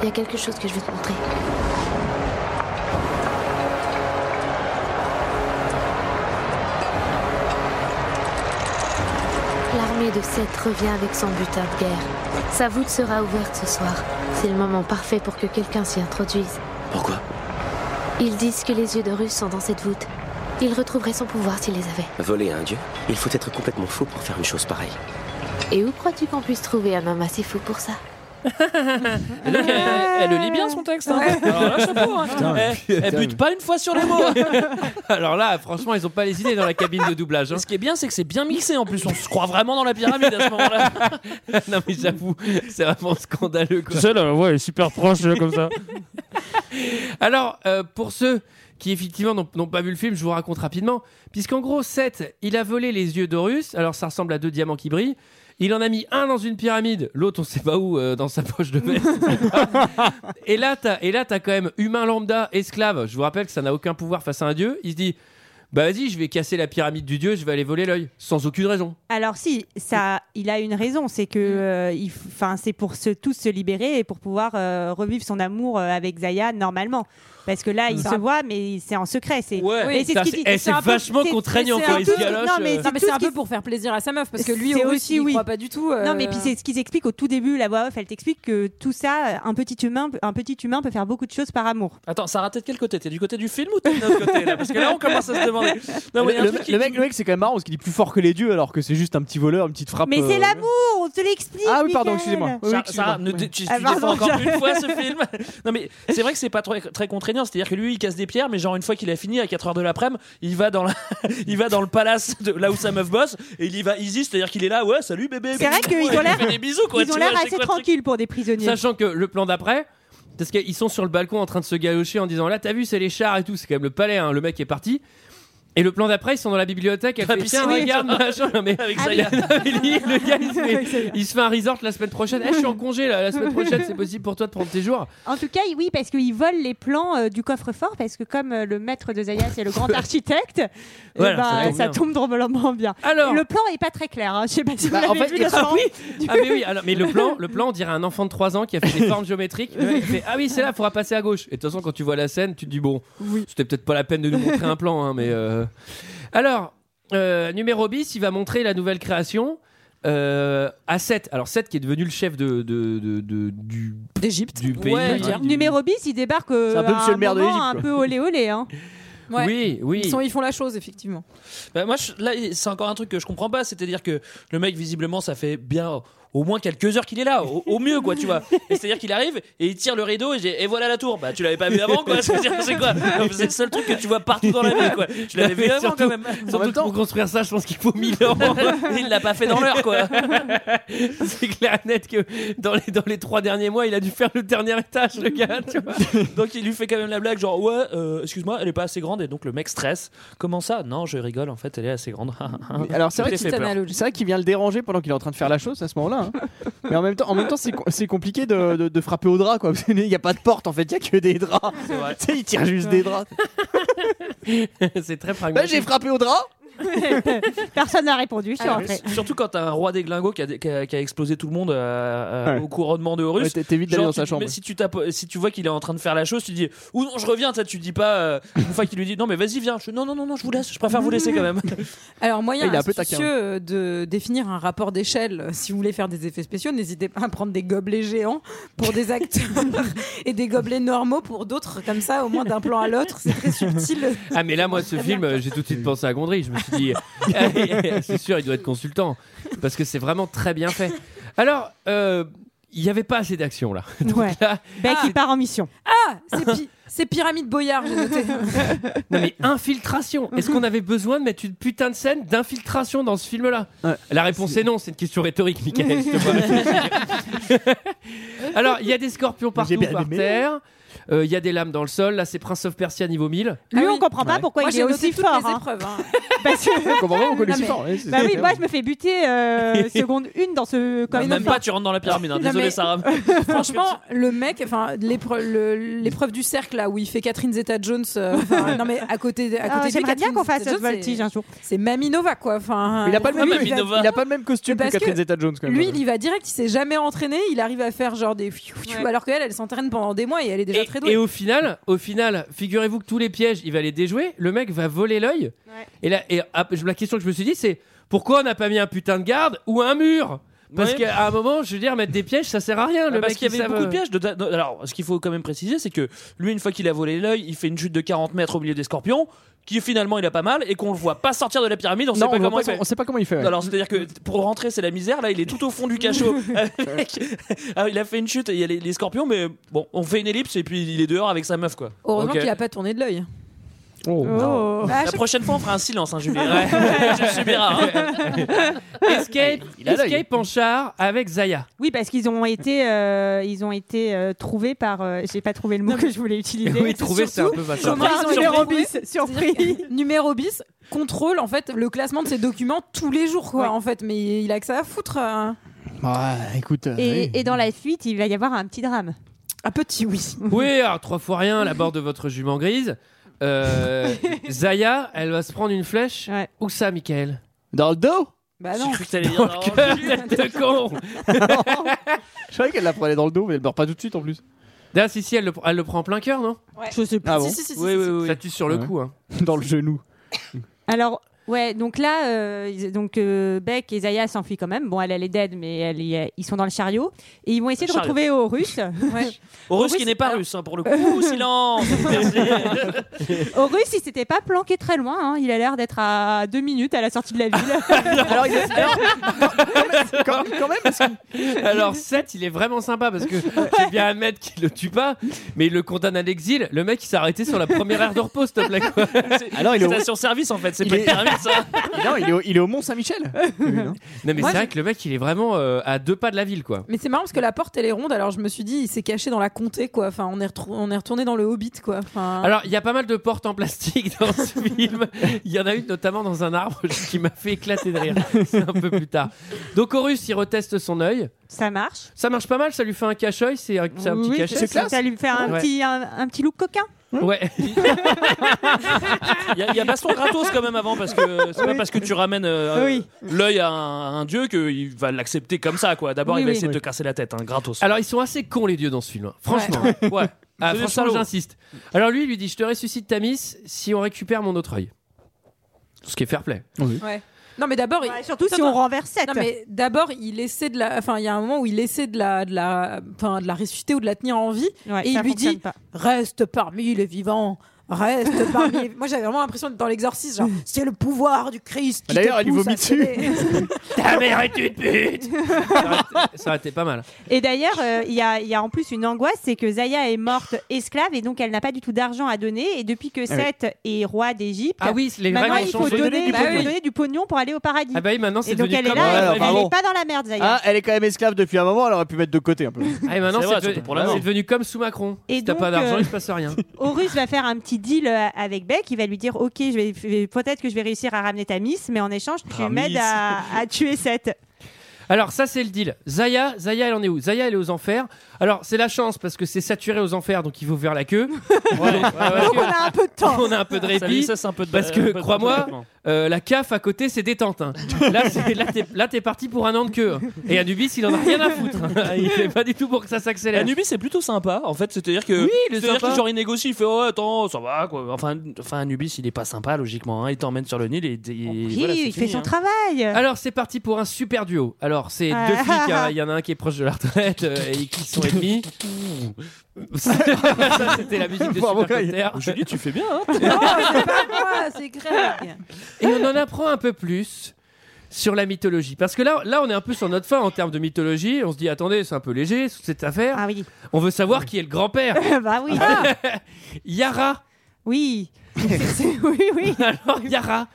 Il y a quelque chose que je veux te montrer. L'armée de Seth revient avec son butin de guerre. Sa voûte sera ouverte ce soir. C'est le moment parfait pour que quelqu'un s'y introduise.
Pourquoi
Ils disent que les yeux d'Horus sont dans cette voûte. Il retrouverait son pouvoir s'il les avait.
Voler à un dieu Il faut être complètement fou pour faire une chose pareille.
Et où crois-tu qu'on puisse trouver un homme assez fou pour ça
Et donc, elle, elle le lit bien son texte. Hein. Alors là, chapeau. Hein. elle, elle bute pas une fois sur les mots.
Alors là, franchement, ils ont pas les idées dans la cabine de doublage. hein.
Ce qui est bien, c'est que c'est bien mixé hein. en plus. On se croit vraiment dans la pyramide à ce moment-là.
non mais j'avoue, c'est vraiment scandaleux. Quoi.
là, ouais, super proche euh, comme ça.
Alors, euh, pour ceux qui effectivement n'ont n'ont pas vu le film, je vous raconte rapidement. Puisqu'en gros, Seth, il a volé les yeux d'Horus. Alors, ça ressemble à deux diamants qui brillent. Il en a mis un dans une pyramide, l'autre, on sait pas où, euh, dans sa poche de veste. je sais pas. et là, t'as et là, t'as quand même humain lambda, esclave. Je vous rappelle que ça n'a aucun pouvoir face à un dieu. Il se dit. Bah vas-y, je vais casser la pyramide du dieu, je vais aller voler l'œil, sans aucune raison.
Alors si, ça, il a une raison, c'est que, euh, il f- 'fin, c'est pour se, tous se libérer et pour pouvoir euh, revivre son amour euh, avec Zaya normalement. Parce que là, ils
Ça-
se voient, mais c'est en secret. C'est
Ouais.
mais
Ça,
qu'il
c'est-
dit.
eh, c'est
un peu-
vachement
c'est-
contraignant,
c'est
quoi,
un
les
peu-
galoches,
Non, mais
euh.
Non,
c'est
mais
tout
c'est
ce
un
qui-
peu pour faire plaisir à sa meuf parce que lui
C'est
Horus
aussi,
il y
oui.
croit pas du tout. euh,
Non, mais puis c'est ce qu'ils expliquent au tout début. La voix off, elle t'explique que tout ça, un petit humain, un petit humain peut faire beaucoup de choses par amour.
Attends, Sarah, t'es de quel côté T'es du côté du film ou t'es de notre côté là Parce que là, on commence à se demander. Non, mais il y a un
le,
truc qui-
le mec, le mec, c'est quand même marrant parce qu'il est plus fort que les dieux alors que c'est juste un petit voleur, une petite frappe.
Mais c'est
euh,
l'amour, on te l'explique.
Ah oui, pardon,
Michael.
excusez-moi. Oui,
Sarah,
excusez-moi.
Sarah, ne dé- tu, tu
Ah,
défends
pardon,
encore
j'ai-
une fois ce film. Non mais c'est vrai que c'est pas très, très contraignant, c'est-à-dire que lui il casse des pierres, mais genre une fois qu'il a fini à 4 heures de l'après-midi, il va dans la- il va dans le palace de là où sa meuf bosse et il y va easy, c'est-à-dire qu'il est là, ouais, salut bébé.
C'est vrai
bisous,
qu'ils ont
ouais, il
l'air-
fait des bisous quoi.
Ils ont
tu
l'air
vois, c'est
assez
quoi le truc
tranquilles pour des prisonniers.
Sachant que le plan d'après, parce qu'ils sont sur le balcon en train de se galocher en disant là t'as vu c'est les chars et tout, c'est quand même le palais, hein, le mec est parti. Et le plan d'après, ils sont dans la bibliothèque, elle
La
fait
piscine,
tiens
oui.
regarde machin, non, mais
Avec
Ah
ça,
oui.
il y a-
le gars il se, fait-
Avec ça, il y a-
il se fait un resort la semaine prochaine. Eh, je suis en congé là, la semaine prochaine, c'est possible pour toi de prendre tes jours.
En tout cas, oui, parce qu'ils volent les plans euh, du coffre-fort, parce que comme euh, le maître de Zaya, c'est le grand architecte, eh
Voilà,
ben,
ça tombe
ça
bien.
tombe drôlement bien.
Alors-
le plan est pas très clair. Hein. Je sais pas si
Bah,
vous
en
l'avez
fait,
vu.
il-
le
ah
plan.
oui, ah mais oui, alors, mais le plan, le plan, on dirait un enfant de 3 ans qui a fait des formes géométriques. Le mec, il fait, ah oui, c'est là, faudra passer à gauche. Et de toute façon, quand tu vois la scène, tu te dis bon, c'était peut-être pas la peine de nous montrer un plan, hein, mais. euh. Alors, euh, numéro bis, il va montrer la nouvelle création. euh, à 7 alors 7 qui est devenu le chef de, de, de- de- du
d'Égypte
du pays
Ouais,
hein, du-
Numéro euh, bis, il débarque euh,
C'est un peu
à
Monsieur
un
le maire de
moment
l'Égypte,
un
quoi.
peu olé olé. Hein.
ouais.
oui oui
Ils, sont- ils font la chose effectivement.
Bah, moi, je- là, c'est encore un truc que je comprends pas. C'est-à-dire que le mec, visiblement, ça fait bien au moins quelques heures qu'il est là, au, au mieux, quoi, tu vois. Et c'est-à-dire qu'il arrive et il tire le rideau et, j'ai- et voilà la tour. Bah, tu l'avais pas vu avant, quoi. C'est-à-dire, c'est quoi Non, C'est le seul truc que tu vois partout dans la vie, quoi. Tu l'avais vu avant, quand même.
Surtout que pour construire ça, je pense qu'il faut 1000 ans.
il l'a pas fait dans l'heure, quoi.
C'est clair et net que dans les, dans les trois derniers mois, il a dû faire le dernier étage, le gars, tu vois.
Donc il lui fait quand même la blague genre ouais euh, excuse-moi elle est pas assez grande et donc le mec stresse comment ça non je rigole en fait elle est assez grande
Mais Alors c'est vrai,
Je
que
t'ai fait
c'est
peur.
c'est vrai qu'il vient le déranger pendant qu'il est en train de faire la chose à ce moment-là. hein. Mais en même temps, en même temps, c'est co- c'est compliqué de, de- de frapper au drap quoi. Parce qu'il n'y a pas de porte en fait, il y a que des draps.
C'est vrai.
Tu sais, il tire juste des draps.
c'est très
Bah,
pragmatique.
j'ai frappé au drap.
Personne n'a répondu, je suis
Alors,
rentrée.
surtout quand t'as un roi des glingos qui a, qui a- qui a explosé tout le monde euh, euh,
Ouais.
au couronnement de Horus.
Ouais, t'es- t'évites d'aller
Genre,
dans
tu-
sa chambre.
Mais si tu, tapes- si tu vois qu'il est en train de faire la chose, tu dis ou non, je reviens. ça, Tu dis pas euh, une fois qu'il lui dit non, mais vas-y, viens. Je, non, non, non, non, je vous laisse. Je préfère vous laisser quand même.
Alors, moyen
Il est un peu
astucieux
taquin.
euh, de définir un rapport d'échelle. euh, Si vous voulez faire des effets spéciaux, n'hésitez pas à prendre des gobelets géants pour des acteurs et des gobelets normaux pour d'autres. Comme ça, au moins d'un plan à l'autre, c'est très subtil.
Ah mais là moi ce film euh, j'ai tout de suite pensé à Gondry je me suis dit euh, c'est sûr il doit être consultant parce que c'est vraiment très bien fait alors euh, il n'y avait pas assez d'action là donc là
Beck, il Bah, part en mission.
Ah, c'est pi- c'est Pyramide Boyard, j'ai noté. Ah
non mais infiltration est-ce qu'on avait besoin de mettre une putain de scène d'infiltration dans ce film là la réponse est non c'est une question rhétorique Michael je te vois réfléchir. alors il y a des scorpions partout
bien
par
aimé.
terre euh, il y a des lames dans le sol là c'est Prince of Persia niveau 1000
Lui, on comprend pas
Ouais.
pourquoi
Ah Moi,
il
j'ai
est
noté
aussi
toutes
fort.
les
hein.
épreuves, hein.
Parce que-
Comment vraiment on connaît
Non,
si
mais-
fort ouais, c'est-
Bah oui,
c'est-
moi je me fais buter euh, seconde une dans ce.
Bah,
Comme
même pas, tu rentres dans la pyramide. hein.
Non,
Désolé,
mais-
Sarah.
Franchement, le mec, enfin l'épreuve, le- l'épreuve du cercle là où il fait Catherine Zeta-Jones. euh, enfin, non mais à côté, de- à
Ah,
côté de lui,
j'aimerais bien
Catherine
qu'on fasse
Zeta-Jones,
cette voltige hein.
c'est-
un jour.
C'est Mamie Nova quoi. Enfin,
Mais il a pas le même,
lui,
il
il va-
a- il a pas le même costume que
Parce que
Catherine Zeta-Jones quand même.
Lui, il y va direct, il s'est jamais entraîné, il arrive à faire genre des fiou, fiou, alors qu'elle, elle s'entraîne pendant des mois et elle est déjà très douée.
Et au final, au final, figurez-vous que tous les pièges, il va les déjouer. Le mec va voler l'œil. Et là, et ah, je- la question que je me suis dit, c'est pourquoi on n'a pas mis un putain de garde ou un mur Parce
Ouais. Ah,
qu'à un moment, je veux dire, mettre des pièges, ça sert euh, à rien. Le
parce
mec,
qu'il y
il
avait
savent-
euh,
beaucoup de pièges. de- de- alors, ce qu'il faut quand même préciser, c'est que lui, une fois qu'il a volé l'œil, il fait une chute de 40 mètres au milieu des scorpions, qui finalement il a pas mal, et qu'on le voit pas sortir de la pyramide. On
Non,
sait pas
on, voit
comment il
pas-
fait.
on sait pas comment il fait. ouais.
Alors, c'est-à-dire que pour rentrer, c'est la misère. Là, il est tout au fond du cachot. Avec- Ah, il a fait une chute. Il y a les, les scorpions, mais bon, on fait une ellipse et puis il est dehors avec sa meuf, quoi.
Heureusement
Ok.
qu'il a pas tourné de l'œil.
Non.
Oh.
Bah,
La
je-
prochaine fois, on fera un silence, hein, Julien. Je le subiras. hein.
Escape,
Ah, Il a l'œil.
Escape en char avec Zaya.
Oui, parce qu'ils ont été, euh, ils ont été euh, trouvés par. euh, J'ai pas trouvé le mot que je voulais utiliser.
Oui, trouver, c'est un peu pas ça.
Comment ils ont été
Numéro
retrouvés
bis, surpris.
C'est-à-dire que Numéro bis contrôle en fait le classement de ses documents tous les jours quoi en fait mais il a que ça à foutre hein.
Ah, écoute. euh, oui.
Et, et dans la suite, il va y avoir un petit drame.
un petit oui
Oui, alors trois fois rien, la bord de votre jument grise. Euh, Zaya, elle va se prendre une flèche.
Ouais.
Où ça, Michael
Dans le dos
bah
J'ai
non
cru que t'allais dire.
Dans le cœur, tête de con
Je savais qu'elle la prenait dans le dos, mais elle meurt pas tout de suite en plus.
Là, si, si, elle le, elle le prend en plein cœur, non
Je sais pas.
Ah bon
si, si, si, si,
Oui,
si.
oui, oui.
Ça tue sur le
Ouais.
coup. Hein.
Dans le genou.
Alors, ouais, donc là, euh, ils- donc euh, Beck et Zaya s'enfuient quand même. Bon, elle, elle est dead, mais elle y est- ils sont dans le chariot et ils vont essayer de
Chariot.
retrouver Horus.
Ouais.
Horus
Oui,
qui
c'est-
n'est pas russe, hein, pour le coup. Ouh, silence
Horus, il s'était pas planqué très loin. hein. Il a l'air d'être à deux minutes à la sortie de la ville.
Alors, il est- alors, quand, quand- quand même, parce que-
Alors 7, il est vraiment sympa parce que j'ai bien admettre qu'il le tue pas, mais il le condamne à l'exil. Le mec, il s'est arrêté sur la première aire de repos, s'il te plaît. quoi.
Alors, il est au-
Station-service, en fait. C'est
Il
pas hein.
est-
une pyramide, ça.
non, il est au, il est au Mont-Saint-Michel.
Non, mais
Moi,
c'est vrai
j'ai-
que le mec, il est vraiment euh, à deux pas de la ville, quoi.
mais c'est marrant parce que la porte elle est ronde alors je me suis dit il s'est caché dans la comté quoi enfin on est retrou- on est retourné dans le Hobbit quoi enfin
Alors, il y a pas mal de portes en plastique dans ce film. Il y en a une notamment dans un arbre qui m'a fait éclater de rire. C'est un peu plus tard. Donc, Horus, il reteste son œil.
Ça marche.
Ça marche pas mal, ça lui fait un cache-œil, c'est un, c'est un petit
Oui,
cachet.
ça-
ça.
Ça lui fait un
Ouais.
petit un, un petit look coquin.
Ouais.
Il y, a- il y a baston gratos quand même avant parce que c'est pas parce que tu ramènes euh,
Oui.
l'œil à un, à un dieu qu'il va l'accepter comme ça quoi. D'abord
Oui,
il va
oui.
essayer de te casser la tête, hein, gratos.
Alors, ils sont assez cons, les dieux, dans ce film. hein. Franchement.
ouais.
Ah,
C'est des
franchement,
salauds.
j'insiste. Alors lui, il lui dit, je te ressuscite Tamis si on récupère mon autre œil. Ce qui est fair play.
ouais. non mais d'abord il-
Ouais, surtout si
Attends,
on renverse 7.
Non mais d'abord il essaie de la, enfin il y a un moment où il essaie de la, de la, enfin de la ressusciter ou de la tenir en vie
Ouais,
et
ça
il lui
fonctionne
dit
pas.
reste parmi les vivants, Reste parmi. Moi, j'avais vraiment l'impression d'être dans l'exorcisme. Genre, c'est le pouvoir du Christ. qui
D'ailleurs,
te
elle lui
pousse à
vomit dessus.
céder.
Ta mère est une pute Ça aurait- Ça aurait été pas mal.
Et d'ailleurs, euh, il y, a, il y a en plus une angoisse, c'est que Zaya est morte esclave et donc elle n'a pas du tout d'argent à donner. Et depuis que
Ah oui.
Seth est roi d'Égypte,
Ah oui, les
maintenant
règles
il
ont
faut
changé.
donner,
Donner du
bah oui,
pognon.
donner du pognon pour aller au paradis.
Ah bah oui, maintenant
et
c'est
donc
devenu
elle est
comme
là,
Ouais,
elle-
alors,
elle
bravo.
n'est pas dans la merde Zaya.
Ah, elle est quand même esclave depuis un moment, elle aurait pu mettre de côté un peu.
Ah, et maintenant,
C'est vrai,
c'est de-
surtout pour la
c'est
mort.
devenu comme sous Macron.
Et
si t'as
donc,
pas d'argent,
euh,
il se passe rien.
Horus va faire un petit deal euh, avec Beck. Il va lui dire Ok, je vais- je vais- peut-être que je vais réussir à ramener ta miss, mais en échange, tu
Ah,
m'aides
miss.
à, à tuer Seth.
Alors ça c'est le deal. Zaya, Zaya elle en est où Zaya elle est aux enfers. Alors c'est la chance parce que c'est saturé aux enfers donc il faut vers la queue.
Donc, on a un peu de temps.
On a un peu de répit.
Salut, ça, c'est un peu de-
parce
un peu
que
de- hein.
crois-moi,
complètement.
euh, la CAF à côté c'est détente. hein. Là c'est- là, t'es là, t'es parti pour un an de queue. Et Anubis il en a rien à foutre. hein. Il fait pas du tout pour que ça s'accélère.
Anubis euh, c'est plutôt sympa en fait, c'est-à-dire que
Oui, il est
c'est-à-dire
sympa.
que genre il négocie, il fait oh attends, ça va quoi. Enfin, enfin Anubis il est pas sympa logiquement, hein. il t'emmène sur le Nil et, et
Oui,
voilà, c'est
il fait
fini,
son
hein.
travail.
Alors c'est parti pour un super duo. Alors c'est
Ah.
deux flics, hein. il y en a un qui est proche de la retraite euh, et qui sont ennemis. Ça c'était la musique de
Bravo,
Supercopter.
Julie, tu fais bien. Hein
C'est pas moi, c'est Greg.
Et on en apprend un peu plus sur la mythologie. Parce que là, là, on est un peu sur notre fin en termes de mythologie. On se dit, attendez, c'est un peu léger sous cette affaire.
Ah.
On veut savoir qui est le grand-père.
Ah bah oui.
Yara.
Oui. oui, oui.
Alors, Yara.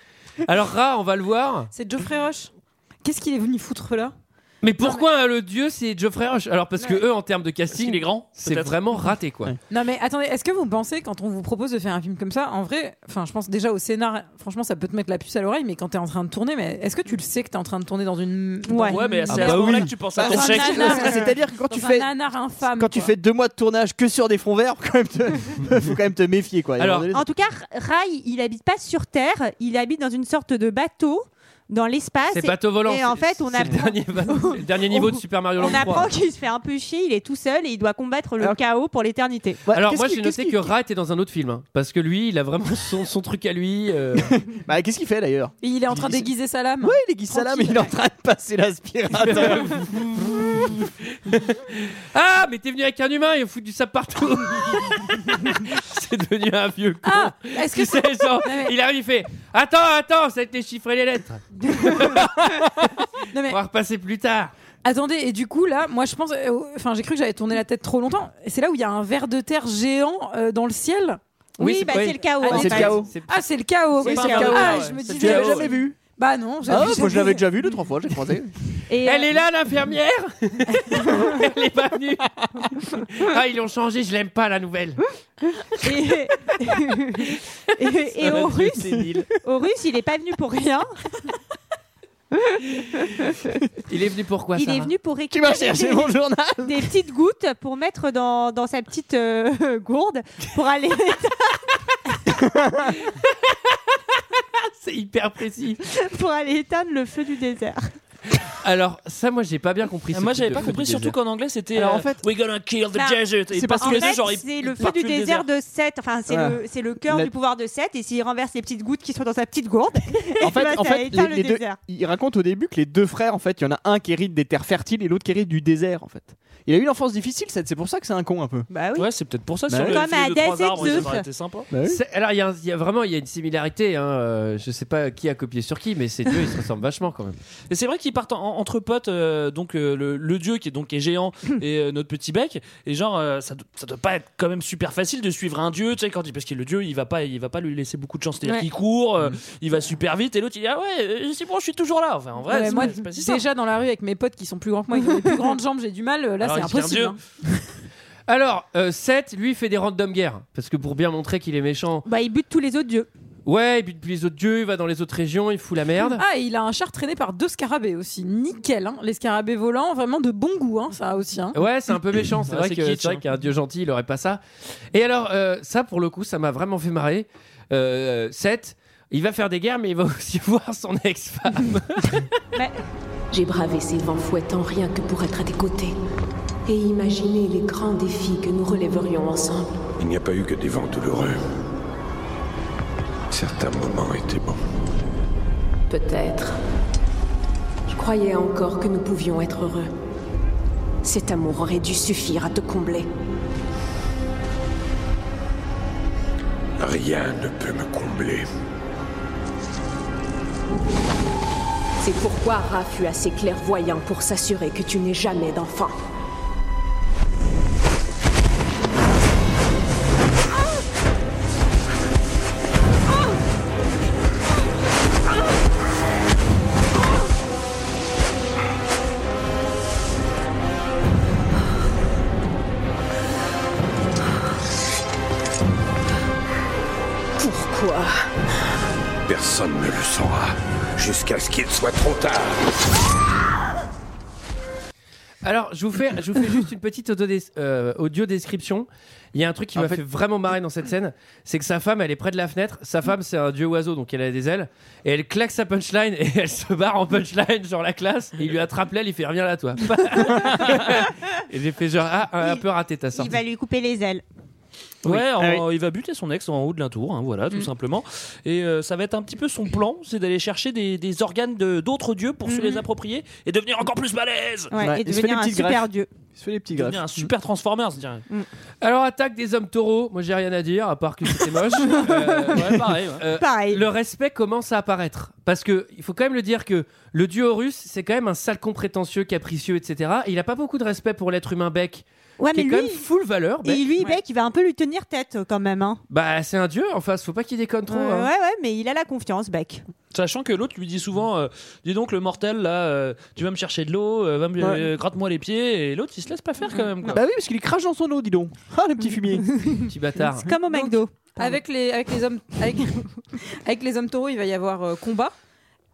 Alors, Ra, on va le voir.
C'est Geoffrey Roche. Qu'est-ce qu'il est venu foutre là
Mais pourquoi hein, le dieu, c'est Geoffrey Rush Alors, parce que eux, en termes de casting,
qu'il est grand,
c'est
peut-être.
vraiment raté, quoi.
Non mais attendez, est-ce que vous pensez quand on vous propose de faire un film comme ça, en vrai, enfin je pense déjà au scénar, franchement ça peut te mettre la puce à l'oreille, mais quand t'es en train de tourner, mais est-ce que tu le sais que t'es en train de tourner dans une dans
Ouais.
une-
Ouais, mais
Ah
c'est à
bah
ce moment-là
oui.
que tu penses à
Dans
ton
un
chèque.
nanar, euh,
C'est-à-dire que quand tu
dans
fais-
un nanar infâme,
Quand tu
Ah, quoi.
fais deux mois de tournage que sur des fonds verts, faut quand même te, faut quand même te méfier quoi.
Alors,
En tout cas, Rai, il habite pas sur Terre, il habite dans une sorte de bateau dans l'espace.
C'est
Et-
bateau volant.
Ah, Et en fait, on
C'est le
apprend,
dernier, c'est le dernier niveau de Super Mario Land
on
3.
apprend qu'il se fait un peu chier, il est tout seul et il doit combattre le chaos pour l'éternité.
bah,
Alors moi j'ai noté que Ra était dans un autre film hein, parce que lui il a vraiment son, son truc à lui. euh.
Bah qu'est-ce qu'il fait d'ailleurs
Et il est en train d'aiguiser sa lame.
Oui, il aiguise sa lame, il est en train de passer l'aspirateur.
Ah, mais t'es venu avec un humain, il fout du sable partout. c'est devenu un vieux con.
Ah, est-ce que
Tu sais,
c'est
genre,
Non, mais-
il arrive, il fait Attends, attends, ça a été chiffré les lettres.
non, mais-
On va repasser plus tard.
Attendez, et du coup là, moi je pense, euh, enfin j'ai cru que j'avais tourné la tête trop longtemps. Et c'est là où il y a un ver de terre géant euh, dans le ciel.
Oui, bah, c'est le chaos.
Ah,
en
c'est le
fait.
chaos.
Ah c'est le chaos.
C'est
Oui,
le
c'est
chaos,
Ah,
ouais.
je me
C'est le
disais,
chaos.
jamais vu. Bah non,
Ah,
j'avais
moi je l'avais
jamais-
déjà vu deux trois fois, j'ai croisé.
Et,
Elle
euh,
est là, l'infirmière Elle est pas venue. ah, ils l'ont changé, je l'aime pas la nouvelle.
et- et- et Horus,
Sénile.
Horus, il est pas venu pour rien.
Il est venu pourquoi
il est
Sarah
venu pour
Tu m'as
récupérer
cherché mon journal.
des, des petites gouttes pour mettre dans, dans sa petite euh, gourde pour aller.
C'est hyper précis.
pour aller éteindre le feu du désert.
Alors, ça, moi, j'ai pas bien compris.
Ah,
ce
moi
truc
j'avais
de
pas
feu
compris,
du
surtout
désert.
qu'en anglais c'était
Alors, en
euh,
fait-
We're gonna kill the
Enfin,
desert. Et
c'est
parce
En
que les
fait,
deux, genre, ils-
c'est le
ils
feu
partent
du
le
désert de Seth. Enfin, c'est
Ouais.
le, c'est le cœur
La-
du pouvoir de Seth. Et s'il renverse les petites gouttes qui sont dans sa petite gourde,
En fait,
bah,
en
ça
fait,
éteint
les,
le
les deux,
désert.
il raconte au début que les deux frères, en fait, il y en a un qui hérite des terres fertiles et l'autre qui hérite du désert, en fait. Il a eu une enfance difficile, Seth, c'est pour ça que c'est un con un peu.
Bah oui.
Ouais, c'est peut-être pour ça.
Bah
sur
oui.
le
Comme
film de
Hades
trois
et
arbres, ça
Zeus.
aurait été sympa.
Bah
C'est- Alors, il y, a un- il y a vraiment il y a une similarité. Hein. euh, je sais pas qui a copié sur qui, mais ces deux, ils se ressemblent vachement quand même.
Et c'est vrai qu'ils partent en- entre potes, euh, donc euh, le, le dieu qui est donc qui est géant et euh, notre petit bec. Et genre, euh, ça, do- ça doit pas être quand même super facile de suivre un dieu, tu sais, quand il, parce que le dieu il va pas, il va pas lui laisser beaucoup de chance. C'est-à-dire
Ouais.
qu'il court,
Mm.
euh, il va super vite, et l'autre il dit ah ouais, euh, c'est bon, je suis toujours là. Enfin, en vrai,
Ouais,
c'est
moi,
pas- c'est pas si simple.
déjà dans la rue avec mes potes qui sont plus grands que moi, ils ont des plus grandes jambes, j'ai du mal. euh, Là,
Alors,
c'est
il se tient
impossible.
Dieu.
hein.
Alors, euh, Seth, lui, fait des random guerres. Parce que pour bien montrer qu'il est méchant,
Bah, il bute tous les autres dieux.
ouais, il bute les autres dieux, il va dans les autres régions, il fout la merde.
Ah, et il a un char traîné par deux scarabées aussi, nickel. hein. Les scarabées volants, vraiment de bon goût, hein, ça aussi. hein.
Ouais, c'est un peu méchant. C'est
Ouais,
vrai
c'est
que
kitsch,
c'est vrai
hein.
qu'un dieu gentil, il aurait pas ça. Et alors, euh, ça, pour le coup, ça m'a vraiment fait marrer. Euh, Seth, il va faire des guerres, mais il va aussi voir son ex-femme.
J'ai bravé ces vents fouettants rien que pour être à tes côtés. Et imaginez les grands défis que nous relèverions ensemble.
Il n'y a pas eu que des vents douloureux. Certains moments étaient bons.
Peut-être. Je croyais encore que nous pouvions être heureux. Cet amour aurait dû suffire à te combler.
Rien ne peut me combler.
C'est pourquoi Ra fut assez clairvoyant pour s'assurer que tu n'aies jamais d'enfant. Pourquoi
Personne ne le saura jusqu'à ce qu'il soit trop tard.
Alors, je vous fais, je vous fais juste une petite audio, euh, audio description. Il y a un truc qui
En
m'a
fait-
fait... vraiment marrer dans cette scène, c'est que sa femme, elle est près de la fenêtre. Sa
Mm.
femme, c'est un dieu oiseau, donc elle a des ailes. Et elle claque sa punchline et elle se barre en punchline, genre la classe. Et il lui attrape l'aile, il fait reviens là, toi. et j'ai fait genre, ah, un, un peu raté ta
Il
sortie.
va lui couper les ailes.
Ouais, en- il va buter son ex en haut de la tour, hein, voilà, tout simplement. Et euh, ça va être un petit peu son plan, c'est d'aller chercher des, des organes de- d'autres dieux pour se les approprier et devenir encore plus balèze.
Ouais, et devenir un super dieu.
Il se fait des petits
Devenir un super Transformers, je dirais.
Alors, attaque des hommes taureaux. Moi, j'ai rien à dire, à part que c'était moche. Euh,
Ouais, pareil, ouais.
Euh, Le respect commence à apparaître. Parce que il faut quand même le dire que le dieu Horus, c'est quand même un sale con prétentieux, capricieux, etc. Et il a pas beaucoup de respect pour l'être humain Beck.
Ouais,
qui
Ah, mais
est quand
lui-
même full valeur. Beck.
Et lui, Beck, il va un peu lui tenir tête euh, quand même. Hein.
Bah, c'est un dieu en face, faut pas qu'il déconne trop.
Euh,
hein.
ouais, ouais, mais il a la confiance, Beck.
Sachant que l'autre lui dit souvent euh, Dis donc, le mortel, là, euh, tu vas me chercher de l'eau, euh, va me-
Ouais.
euh, gratte-moi les pieds. Et l'autre, il se laisse pas faire quand même. quoi.
Bah oui, parce qu'il crache dans son eau, dis donc. Ah, le petit fumier.
petit bâtard.
Comme au McDo.
Avec les, avec les hommes, avec, avec les hommes taureaux, il va y avoir euh, combat.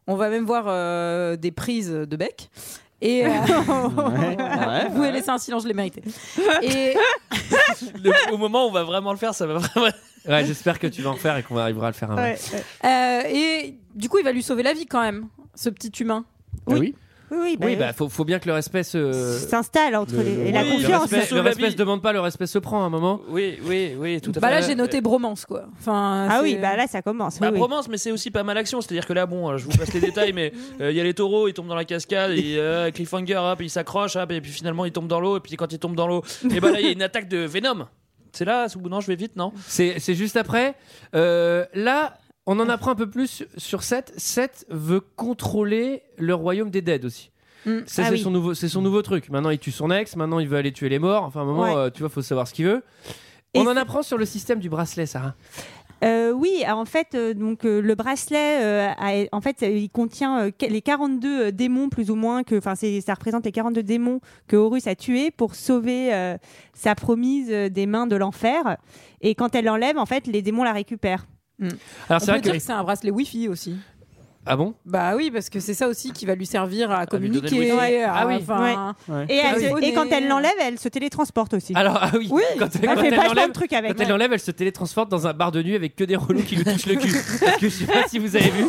On va même voir euh, des prises de bec. Et euh, vous pouvez laisser un silence, je l'ai mérité. Et
Le- au moment où on va vraiment le faire, ça va vraiment.
Ouais, j'espère que tu vas en faire et qu'on arrivera à le faire un
Ouais, Euh, et du coup, il va lui sauver la vie quand même, ce petit humain.
Eh
Oui.
Oui, oui,
Oui, bah, faut, faut bien que le respect se.
S'installe entre les- et la
confiance. Le respect,
Sous
le
la
respect
bille.
se demande pas, le respect se prend à un moment.
Oui, oui, oui, tout à
Bah
fait.
là, j'ai noté bromance quoi. Enfin,
Ah
c'est-
oui, bah là, ça commence.
Bah,
oui, oui.
bromance, mais c'est aussi pas mal action. C'est-à-dire que là, bon, euh, je vous passe les détails, mais euh, il y a les taureaux, ils tombent dans la cascade, et, euh, cliffhanger, hop, ils s'accrochent, hop, et puis finalement ils tombent dans l'eau, et puis quand ils tombent dans l'eau, et bah là, il y a une attaque de Venom. C'est là, sous- non, je vais vite, non
C'est c'est juste après. Euh, là, on en apprend un peu plus sur Seth. Seth veut contrôler le royaume des dead aussi.
Mm.
Ça,
Ah
c'est
oui.
son, nouveau- c'est son nouveau truc. Maintenant, il tue son ex. Maintenant, il veut aller tuer les morts. Enfin, à un moment,
Ouais.
euh, tu vois, faut savoir ce qu'il veut.
Et
on en apprend sur le système du bracelet, Sarah.
Euh, oui, alors en fait, euh, donc euh, le bracelet, euh, a- en fait, ça- il contient euh, que- les 42 euh, démons plus ou moins que, enfin, c'est- ça représente les 42 démons que Horus a tués pour sauver euh, sa promise euh, des mains de l'enfer. Et quand elle l'enlève, en fait, les démons la récupèrent.
Alors,
On
Ah, c'est
peut
vrai
dire
que-
que c'est un bracelet Wi-Fi aussi.
Ah bon
Bah oui, parce que c'est ça aussi qui va lui servir à
lui donner le
communiquer.
wifi.
à-
Ah oui.
enfin,
Ouais.
Et, elle se- et quand
l'enlève
elle l'enlève, elle se télétransporte aussi.
Alors, ah oui, quand,
elle fait vachement de
l'enlève-
trucs avec,
quand elle
ouais.
l'enlève, elle se télétransporte dans un bar de nuit avec que des relous qui lui touchent le cul. Parce que je sais pas si vous avez vu,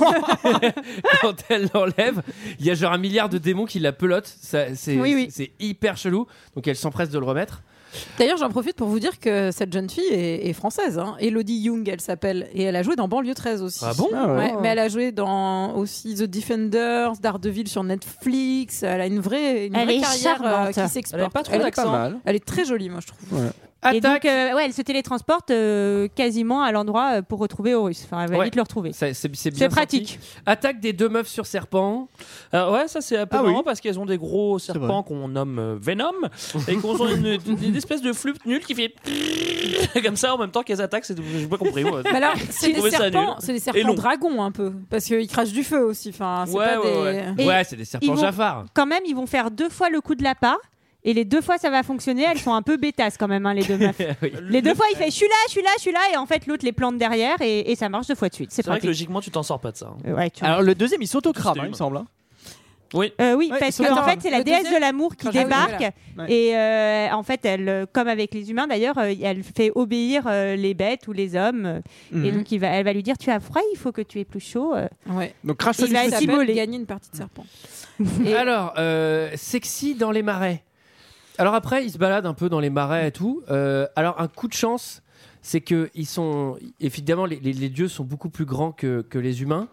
quand elle l'enlève, il y a genre un milliard de démons qui la pelotent. Ça, C'est
Oui, oui.
c'est hyper chelou. Donc elle s'empresse de le remettre.
D'ailleurs, j'en profite pour vous dire que cette jeune fille est, est française. Hein. Elodie Young, elle s'appelle. Et elle a joué dans Banlieue 13 aussi.
Ah bon Ah ouais.
Ouais, Mais elle a joué dans aussi The Defenders, Daredevil sur Netflix. Elle a une vraie, une
Elle
vraie
est
carrière euh,
charmante.
qui s'exporte.
Elle a pas trop
est
d'accent.
pas mal. Elle est très jolie, moi, je trouve.
Et donc, euh, ouais, elle se télétransporte euh, quasiment à l'endroit euh, pour retrouver Horus. Enfin, elle va
Ouais.
vite le retrouver.
Ça, C'est c'est bien
C'est
sorti.
pratique.
Attaque des deux meufs sur serpent.
Alors ouais, ça c'est un peu
Ah oui.
marrant parce qu'elles ont des gros serpents
vrai.
qu'on nomme euh, Venom et qu'on a une, une espèce de flûte nulle qui fait comme ça en même temps qu'elles attaquent. C'est j'ai pas compris. moi.
Mais alors,
J'ai
c'est des
trouvé ça
serpents,
nul.
c'est des
Et
serpents
long.
dragons un peu, parce qu'ils crachent du feu aussi. Enfin, c'est
Ouais,
pas
ouais,
des.
Et
Ouais, c'est des serpents
ils vont-
Jafar.
Quand même, ils vont faire deux fois le coup de lapin. Et les deux fois, ça va fonctionner. Elles sont un peu bêtasses quand même, hein, les deux meufs.
Oui.
Les deux fois, il fait je suis là, je suis là, je suis là, et en fait, l'autre les plante derrière, et, et ça marche deux fois de suite. C'est
C'est vrai que
pratique. Euh,
logiquement tu t'en sors pas de ça. hein.
Alors, le deuxième, il s'autocrame, hein, il me semble. hein.
Oui.
Euh, oui,
Ouais, ils
parce
sont
que en
adorables.
fait, c'est la
Le
déesse
deuxième,
de l'amour qui
quand j'avais-
débarque.
voilà. Ouais.
Et euh, en fait, elle, euh, comme avec les humains d'ailleurs, euh, elle fait obéir euh, les bêtes ou les hommes. euh,
Mhm.
Et donc, il va, elle va lui dire Tu as froid, il faut que tu aies plus chaud. euh.
Ouais.
Donc, crache
Il va s'immoler.
gagner une partie de serpent.
Alors, euh, sexy dans les marais. Alors après, il se balade un peu dans les marais et tout. Euh, alors, un coup de chance, c'est que ils sont évidemment les, les- les dieux sont beaucoup plus grands que, que les humains,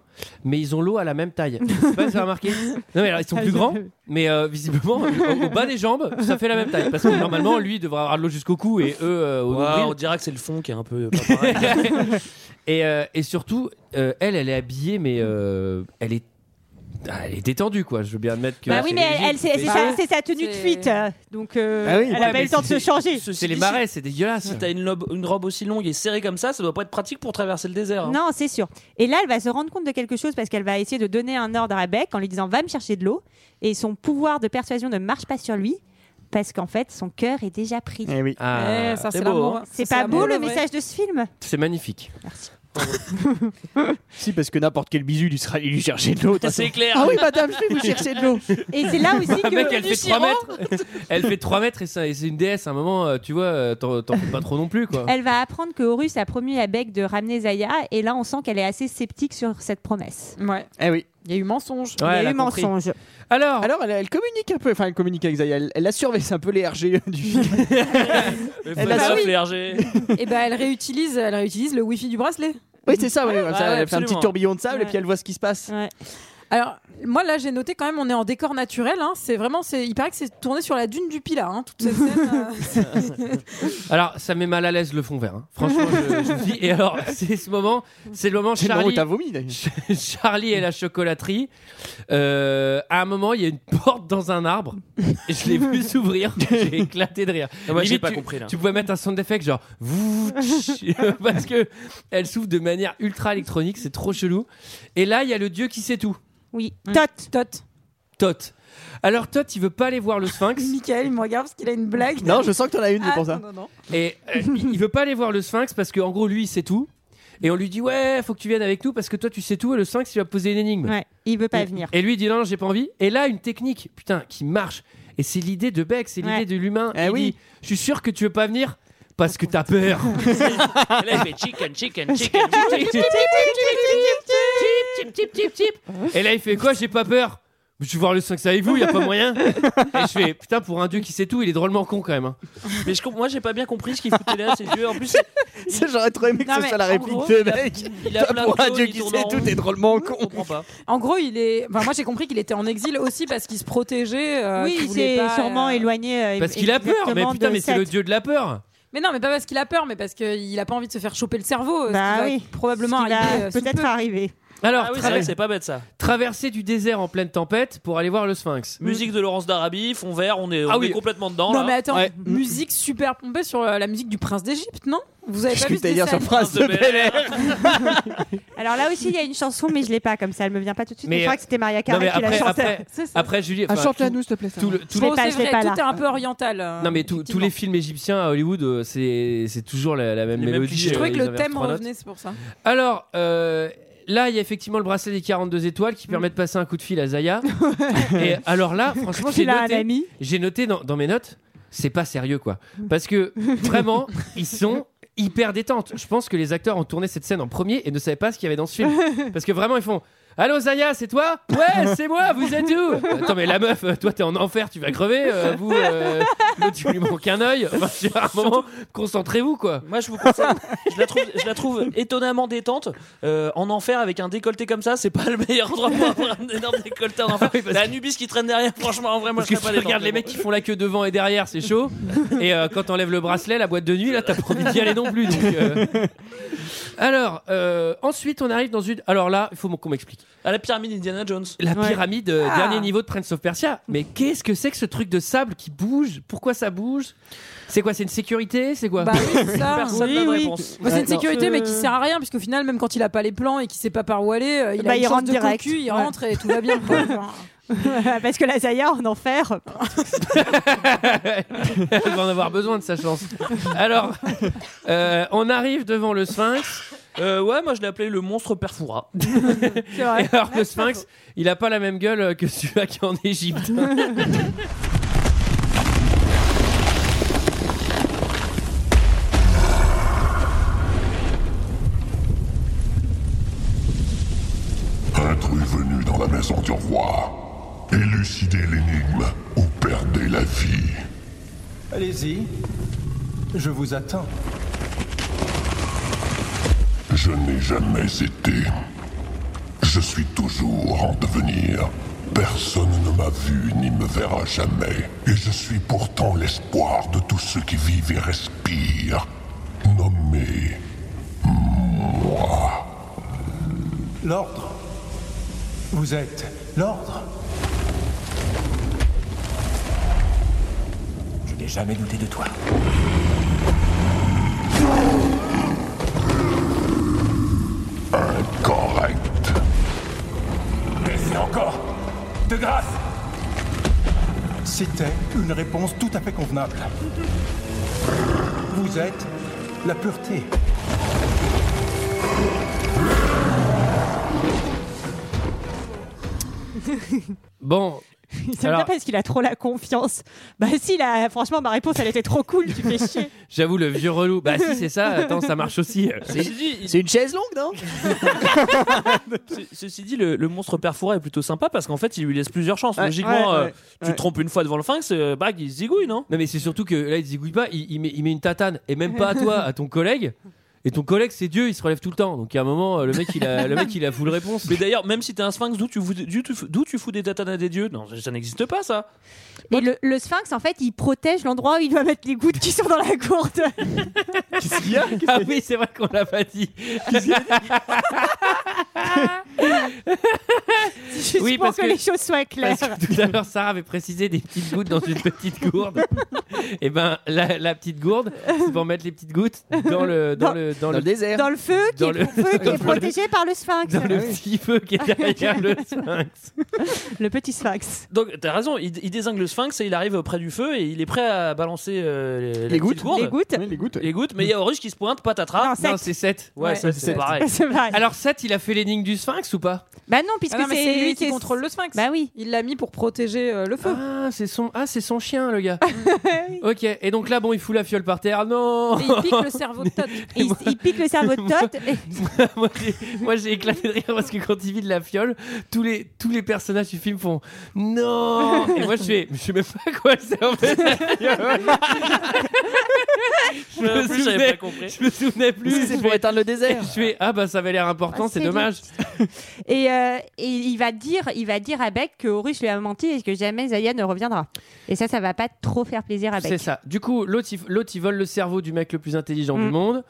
mais ils ont l'eau à la même taille. Je sais pas si vous avez remarqué. Non mais alors, ils sont plus grands, mais euh, visiblement au, au bas des jambes, ça fait la même taille parce que normalement lui il devrait avoir de l'eau jusqu'au cou et eux euh, au
Ouais,
nombril.
on dirait que c'est le fond qui est un peu.
et, euh, et surtout, euh, elle, elle est habillée, mais euh, elle est. ah, Elle est détendue, quoi. Je veux bien admettre que.
Bah oui, mais elle, elle, c'est c'est
Ah
sa,
ouais. Bah
c'est sa tenue de fuite. euh, Donc, euh, elle a pas eu le temps de se changer.
c'est dégueulasse.
Si t'as une, lobe- une robe aussi longue et serrée comme ça, ça doit pas être pratique pour traverser le désert. hein.
Non, c'est sûr. Et là, elle va se rendre compte de quelque chose parce qu'elle va essayer de donner un ordre à Beck en lui disant va me chercher de l'eau. Et son pouvoir de persuasion ne marche pas sur lui parce qu'en fait, son cœur est déjà pris.
Eh oui. Ah. Eh, ça, c'est
beau,
l'amour,
hein.
hein.
C'est
Ça,
pas
c'est l'amour,
beau le
le vrai.
message de ce film.
C'est magnifique.
si, parce que n'importe quel bisu, il lui sera il lui chercher de l'eau. de toute façon.
C'est clair.
Ah oui, madame, je vais vous chercher de l'eau.
Et c'est là aussi
Bah,
que.
mec, elle fait 3 mètres. Elle fait 3 mètres et, ça- et c'est une déesse. À un moment, euh, tu vois, euh, t'en t'en fais pas trop non plus, quoi.
Eh,
Elle va apprendre que Horus a promis à Beck de ramener Zaya et là on sent qu'elle est assez sceptique sur cette promesse.
Ouais.
Eh oui.
Il y a eu mensonge.
Ouais,
il
elle
y a
a
eu
compris.
mensonge.
Alors,
Alors elle, elle communique un peu, enfin elle communique avec Zaya, elle, elle a surveillé un peu les RG du film.
eh ben,
Elle
a- eh ben,
a
bah oui.
les RG.
Et ben elle réutilise, elle réutilise le wifi du bracelet.
Oui, c'est ça, ouais, comme ça,
ouais,
elle fait un
absolument.
petit tourbillon de sable
Ouais.
et puis elle voit ce qui se passe.
Alors moi là j'ai noté quand même on est en décor naturel. hein. C'est vraiment, c'est, il paraît que c'est tourné sur la dune du Pilat. hein, toute cette scène. euh.
Alors, ça met mal à l'aise le fond vert. hein. Franchement, je, je vous dis. Et alors, c'est ce moment, c'est le moment
C'est le moment
Charlie.
où t'as vomi, d'ailleurs.
Ch- Charlie et la chocolaterie. Euh, à un moment, il y a une porte dans un arbre. Et je l'ai vu s'ouvrir. J'ai éclaté de rire.
Non, moi, j'ai
Limite,
pas
tu-
compris, là.
Tu pouvais mettre un son d'effet genre vous parce que elle s'ouvre de manière ultra électronique. C'est trop chelou. Et là, il y a le dieu qui sait tout.
Oui. Tot.
Tot.
Tot. Alors Tot, il veut pas aller voir le Sphinx.
Michael, il me regarde parce qu'il a une blague.
Non, je sens que t'en as une, c'est
Ah,
pour ça.
non, non, non.
Et euh, il il veut pas aller voir le Sphinx parce qu'en gros, lui, il sait tout. Et on lui dit Ouais, faut que tu viennes avec nous parce que toi, tu sais tout. Et le Sphinx, il va poser une énigme.
Ouais, il veut pas
Et-
venir.
Et lui, il dit Non, j'ai pas envie. Et là, une technique, putain, qui marche. Et c'est l'idée de Beck, c'est l'idée
Ouais. Eh
de l'humain. il dit Je suis sûr que tu veux pas venir parce que t'as peur.
Elle a fait chicken, chicken, chicken, chicken.
Tip, tip, tip, tip. Et là, il fait quoi J'ai pas peur. Mais Je vais voir le Sphinx avec vous, y a pas moyen. Et je fais Putain, pour un dieu qui sait tout, il est drôlement con quand même. hein.
Mais je comp- moi, j'ai pas bien compris ce qu'il foutait là, ces dieux. En plus, c'est-
J'aurais trop aimé que
Ah, Non,
ce
mais
soit la
en
réplique
gros,
de
il a-
mec.
il a
Toi,
plein
pour
de
un
choses,
dieu
il
qui
tourne
sait
en
tout,
rond.
t'es drôlement con.
En gros, il est. Enfin, moi, j'ai compris qu'il était en exil aussi parce qu'il se protégeait. euh,
oui,
qu'il
il
voulait
s'est
pas,
sûrement
euh,
éloigné. euh,
Parce qu'il a peur. Mais
exactement
putain,
de
mais c'est
cette-
le dieu de la peur.
Mais non, mais pas parce qu'il a peur, mais parce qu'il a pas envie de se faire choper le cerveau. euh, ce
Bah
qui va
oui.
Probablement
Ce qui va
arriver, euh, sous
peut-être
peu.
arriver.
Alors,
Ah oui, c'est
traver-
vrai que c'est pas bête ça.
traverser du désert en pleine tempête pour aller voir le Sphinx.
Musique de Laurence d'Arabie, fond vert, on est, on
Ah oui.
est complètement dedans.
Non,
là.
mais attends, musique super pompée sur euh, la musique du prince d'Égypte, non Vous avez
Qu'est-ce
pas
que
vu
t'as à dire sur Prince de Bel Air
Alors là aussi, il y a une chanson, mais je l'ai pas comme ça. Elle me vient pas tout de suite. Mais
Mais,
je crois que c'était Maria Carey
non, mais
qui la
après,
chantait.
après, après, Julie.
Ah,
enfin,
chante-la
tout-
nous, s'il te plaît, ça.
Tout le, tout
Tout,
le-
pas, je l'ai pas, là.
tout est un peu oriental. euh.
non, mais tout- tous les films égyptiens à Hollywood, euh, c'est c'est toujours la, la même mélodie.
Je
euh,
trouvais que
ils
le
inversent
thème
trois notes.
revenait, c'est pour ça.
Alors, euh, là, il y a effectivement le bracelet des 42 étoiles qui permet de passer un coup de fil à Zaya. Et alors là, franchement, j'ai
Qu'il a un
noté,
ami.
j'ai noté dans, dans mes notes, c'est pas sérieux quoi. Parce que vraiment, ils sont hyper détentes. Je pense que les acteurs ont tourné cette scène en premier et ne savaient pas ce qu'il y avait dans ce film. Parce que vraiment, ils font. Allô Zaya, c'est toi Ouais, c'est moi, vous êtes où Attends, mais la meuf, euh, toi t'es en enfer, tu vas crever, euh, vous, euh, l'autre, tu lui manques un œil. Enfin, je veux dire, à un moment, concentrez-vous quoi.
Moi, je vous conseille. je, la trouve, je la trouve étonnamment détente. Euh, en enfer, avec un décolleté comme ça, c'est pas le meilleur endroit pour avoir un énorme décolleté en enfer. T'as Anubis qui traîne derrière, franchement, en vrai, moi,
Parce
je
que si
serais pas
tu
détente,
regardes les
mais
mecs qui font la queue devant et derrière, c'est chaud. Et euh, quand t'enlèves le bracelet, la boîte de nuit, là, t'as pas envie d'y aller non plus. donc, euh. Alors, euh, ensuite, on arrive dans une. Alors là, il faut qu'on m'explique.
bon. À la pyramide Indiana Jones.
La pyramide, euh,
Ah.
dernier niveau de Prince of Persia. Mais qu'est-ce que c'est que ce truc de sable qui bouge Pourquoi ça bouge C'est quoi C'est une sécurité C'est quoi
Bah oui, c'est ça.
Personne n'a de réponse.
Bah, c'est
Ouais,
une
non.
sécurité, mais qui
Euh,
sert à rien, puisqu'au final, même quand il a pas les plans et qu'il sait pas par où aller, euh, il
Bah,
a
il
une chance
rentre
de
direct.
cocu, il
Ouais.
rentre et tout va bien. quoi. Enfin,
Parce que la Zaya en enfer.
Elle va en avoir besoin de sa chance. Alors, euh, on arrive devant le sphinx.
Euh, ouais, moi, je l'ai appelé le monstre perfora.
Et alors, le sphinx, il a pas la même gueule que celui-là qui est en Égypte.
Intrus venus dans la maison du roi. Élucidez l'énigme ou perdez la vie.
Allez-y, je vous attends.
Je n'ai jamais été. Je suis toujours en devenir. Personne ne m'a vu ni me verra jamais. Et je suis pourtant l'espoir de tous ceux qui vivent et respirent. Nommé. Moi.
L'ordre. Vous êtes l'ordre.
Je n'ai jamais douté de toi.
Incorrect.
Et encore De grâce C'était une réponse tout à fait convenable. Vous êtes la pureté.
Bon.
Ça
Alors-
me parce qu'il a trop la confiance. Bah si, là, franchement, ma réponse, elle était trop cool, tu fais chier.
J'avoue, le vieux relou. Bah, si, c'est ça. Attends, ça marche aussi.
C'est une chaise longue, non
Ce- Ceci dit, le, le monstre perforé est plutôt sympa parce qu'en fait, il lui laisse plusieurs chances.
Ouais,
Logiquement,
ouais,
euh,
ouais,
tu
ouais.
te trompes une fois devant le pharynx, euh, bag, il se zigouille, non
Non, mais c'est surtout que là, il se zigouille pas. Il, il met, il met une tatane. Et même pas à toi, à ton collègue. Et ton collègue, c'est Dieu, il se relève tout le temps. Donc, à un moment, euh, le mec, il a, le mec, il a full réponse.
Mais d'ailleurs, même si t'es un sphinx, d'où tu, fous- d'où tu fous- d'où tu fous des tatanes à des dieux Non, ça n'existe pas, ça.
Et le, le sphinx, en fait, il protège l'endroit où il doit mettre les gouttes qui sont dans la gourde.
Ah oui, c'est vrai qu'on l'a pas dit.
Juste pour que, les choses soient claires.
parce que tout à l'heure, Sarah avait précisé des petites gouttes dans une petite gourde. Et ben, la, la petite gourde, c'est pour mettre les petites gouttes dans le dans, le dans, le
désert,
Dans le feu qui
Dans
est,
le-
feu qui
dans
est
le-
protégé par le sphinx.
dans le petit feu qui est derrière le sphinx.
Le petit sphinx.
Donc, t'as raison, il, il désingue le sphinx et il arrive près du feu et il est prêt à balancer euh, les, la petite gourde.
Les gouttes.
les gouttes.
Les gouttes, mais il y a Horus qui se pointe, patatras.
Non, c'est 7.
Ouais, Ouais, sept, c'est c'est sept. pareil. C'est
Alors, 7, il a fait l'énigme du sphinx ou pas
Bah non, puisque
Ah non, mais
c'est
c'est lui qui
c'est-
contrôle le sphinx.
Bah oui.
Il l'a mis pour protéger euh, le feu.
Ah, c'est son, ah, c'est son chien, le gars. ok, et donc là, bon, il fout la fiole par terre.
Ah.
Non
cerveau de Todd.
il, il pique le cerveau de Todd. et-
Moi, j'ai- Moi, j'ai éclaté de rire parce que quand il vide la fiole, tous les, tous les personnages du film font Non Et moi, je fais Je sais même pas quoi c'est en fait. je,
Moi non
me
plus, j'avais
souvenais,
pas compris.
je me souvenais plus.
Si, c'est
Je
pour
fais-
éteindre le désert.
Je fais Ah bah ça avait l'air important,
Ah,
c'est
c'est
dommage.
Et, euh, et il va dire, il va dire à Beck que Horus lui a menti et que jamais Zaya ne reviendra. Et ça, ça va pas trop faire plaisir à Beck.
C'est ça. Du coup, l'autre, il- l'autre, il vole le cerveau du mec le plus intelligent du
Mm.
monde.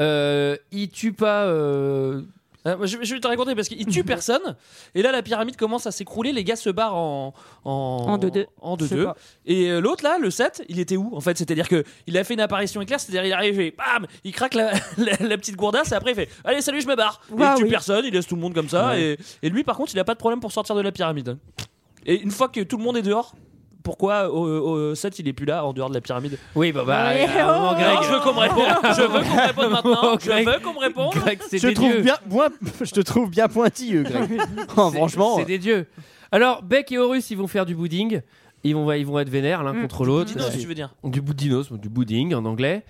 Euh, il tue pas. euh,
Ah, moi, je, je vais te raconter parce qu'il tue personne. Et là, la pyramide commence à s'écrouler. Les gars se barrent en en
En deux-deux.
en
Je sais
deux-deux.
pas.
Et euh, l'autre là, le 7 il était où en fait C'est-à-dire que il a fait une apparition éclair. C'est-à-dire il arrive et bam, il craque la, la- la petite gourdasse. Et après, il fait allez salut, je me barre. Et
Waouh,
il tue
oui.
personne. Il laisse tout le monde comme ça.
Ouais.
Et, et lui, par contre, il a pas de problème pour sortir de la pyramide. Et une fois que tout le monde est dehors. Pourquoi euh, au, 7 il est plus là en dehors de la pyramide
Oui bah bah
Ouais.
à un moment, Greg.
Non, je veux qu'on me réponde. Je veux qu'on me réponde
Oh,
maintenant. Je
Greg.
veux qu'on me réponde.
Greg, c'est
Je
des
trouve
dieux.
bien, moi, je te trouve bien pointilleux, Greg. Oh, franchement,
C'est des dieux. Alors, Beck et Horus, ils vont faire du pudding. Ils vont, ils vont être vénères l'un
Mm.
contre l'autre.
Du boudinos, tu veux dire.
Du boudinos, ou du pudding en anglais.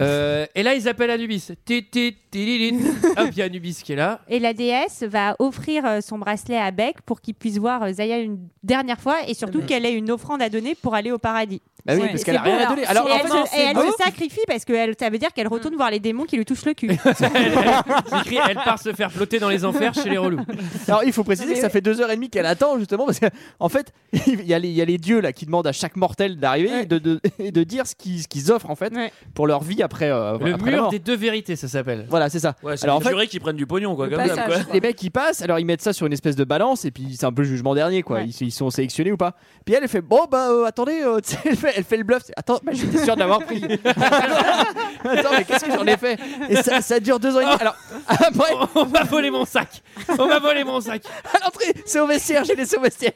Euh, et là, ils appellent Anubis. Ti, ti, ti, li, li. Hop, il y a Anubis qui est là.
Et la déesse va offrir euh, son bracelet à Beck pour qu'il puisse voir euh, Zaya une dernière fois et surtout qu'elle ait une offrande à donner pour aller au paradis.
Bah oui,
Ouais.
parce
Et
qu'elle a
c'est
rien
beau,
à
alors.
donner. Alors,
et elle,
enfin,
se, et
c'est
elle
beau.
se sacrifie parce que elle- ça veut dire qu'elle retourne voir les démons qui lui touchent le cul.
J'écris, elle part se faire flotter dans les enfers chez les relous.
Alors il faut préciser que ça fait deux heures et demie qu'elle attend justement parce qu'en fait il y, a les- il y a les dieux là qui demandent à chaque mortel d'arriver et, de, de- et de dire ce qu'ils ce qu'ils offrent en fait pour leur vie après, euh,
Le
après la
mur
mort.
des deux vérités, ça s'appelle.
Voilà c'est ça.
Ouais, c'est
Alors en
les
fait
jurés qui prennent du pognon quoi. Comme d'hab,
les,
quoi.
les mecs ils passent alors ils mettent ça sur une espèce de balance et puis c'est un peu le jugement dernier quoi. Ils, ils sont sélectionnés ou pas. Puis elle elle fait bon bah euh, attendez euh, tu sais, elle, fait, elle fait le bluff. c'est, Attends bah, j'étais sûr de l'avoir pris. Attends mais qu'est-ce que j'en ai fait Et ça, ça dure deux ans et demi. Alors après
on va voler mon sac. On va voler mon sac.
à l'entrée c'est au vestiaire j'ai laissé au vestiaire.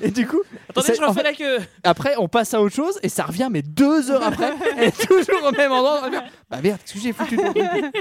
Et du coup
Attendez,
c'est-
je
en
refais
fait-
la queue.
Après, on passe à autre chose et ça revient, mais deux heures après, elle est toujours au même endroit. Elle fait, Bah merde, qu'est-ce que j'ai foutu de mon truc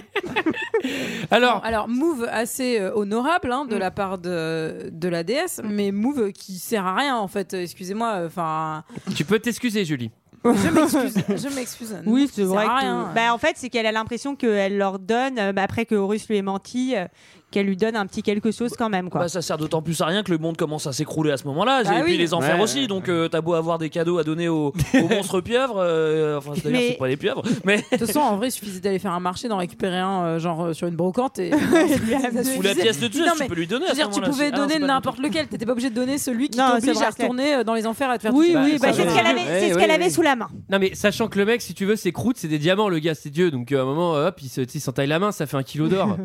Alors,
Alors, move assez euh, honorable hein, de
Mm.
la part de, de la déesse, mais move qui sert à rien en fait. Euh, Excusez-moi, enfin,
Tu peux t'excuser, Julie.
je m'excuse. je m'excuse. Move qui sert à rien.
Bah, en fait, c'est qu'elle a l'impression qu'elle leur donne, euh, bah, après que Horus lui ait menti, euh, qu'elle lui donne un petit quelque chose quand même. Quoi.
Bah, ça sert d'autant plus à rien que le monde commence à s'écrouler à ce moment-là,
Bah
et puis
oui.
les enfers
Ouais,
aussi. Donc euh, t'as beau avoir des cadeaux à donner aux, aux monstres pieuvres, euh, enfin d'ailleurs
Mais-
c'est pas des pieuvres, mais
De toute façon, en vrai, il suffisait d'aller faire un marché, d'en récupérer un, euh, genre euh, sur une brocante et.
ou la pièce de Dieu,
Non,
tu
mais
peux lui donner.
Je veux dire, tu
Ah
ah,
pouvais donner n'importe lequel, t'étais pas obligé de donner celui qui
Non, c'est
t'oblige
vrai,
à
c'est-
retourner euh, dans les enfers à te faire
Oui,
tuer.
oui, bah, c'est ce qu'elle avait,
Eh
c'est ce qu'elle avait sous la main.
Non mais sachant que le mec, si tu veux, ses croûtes, c'est des diamants, le gars, c'est Dieu. Donc euh, à un moment, euh, hop, il se- tu sais, il s'entaille la main, ça fait un kilo d'or. non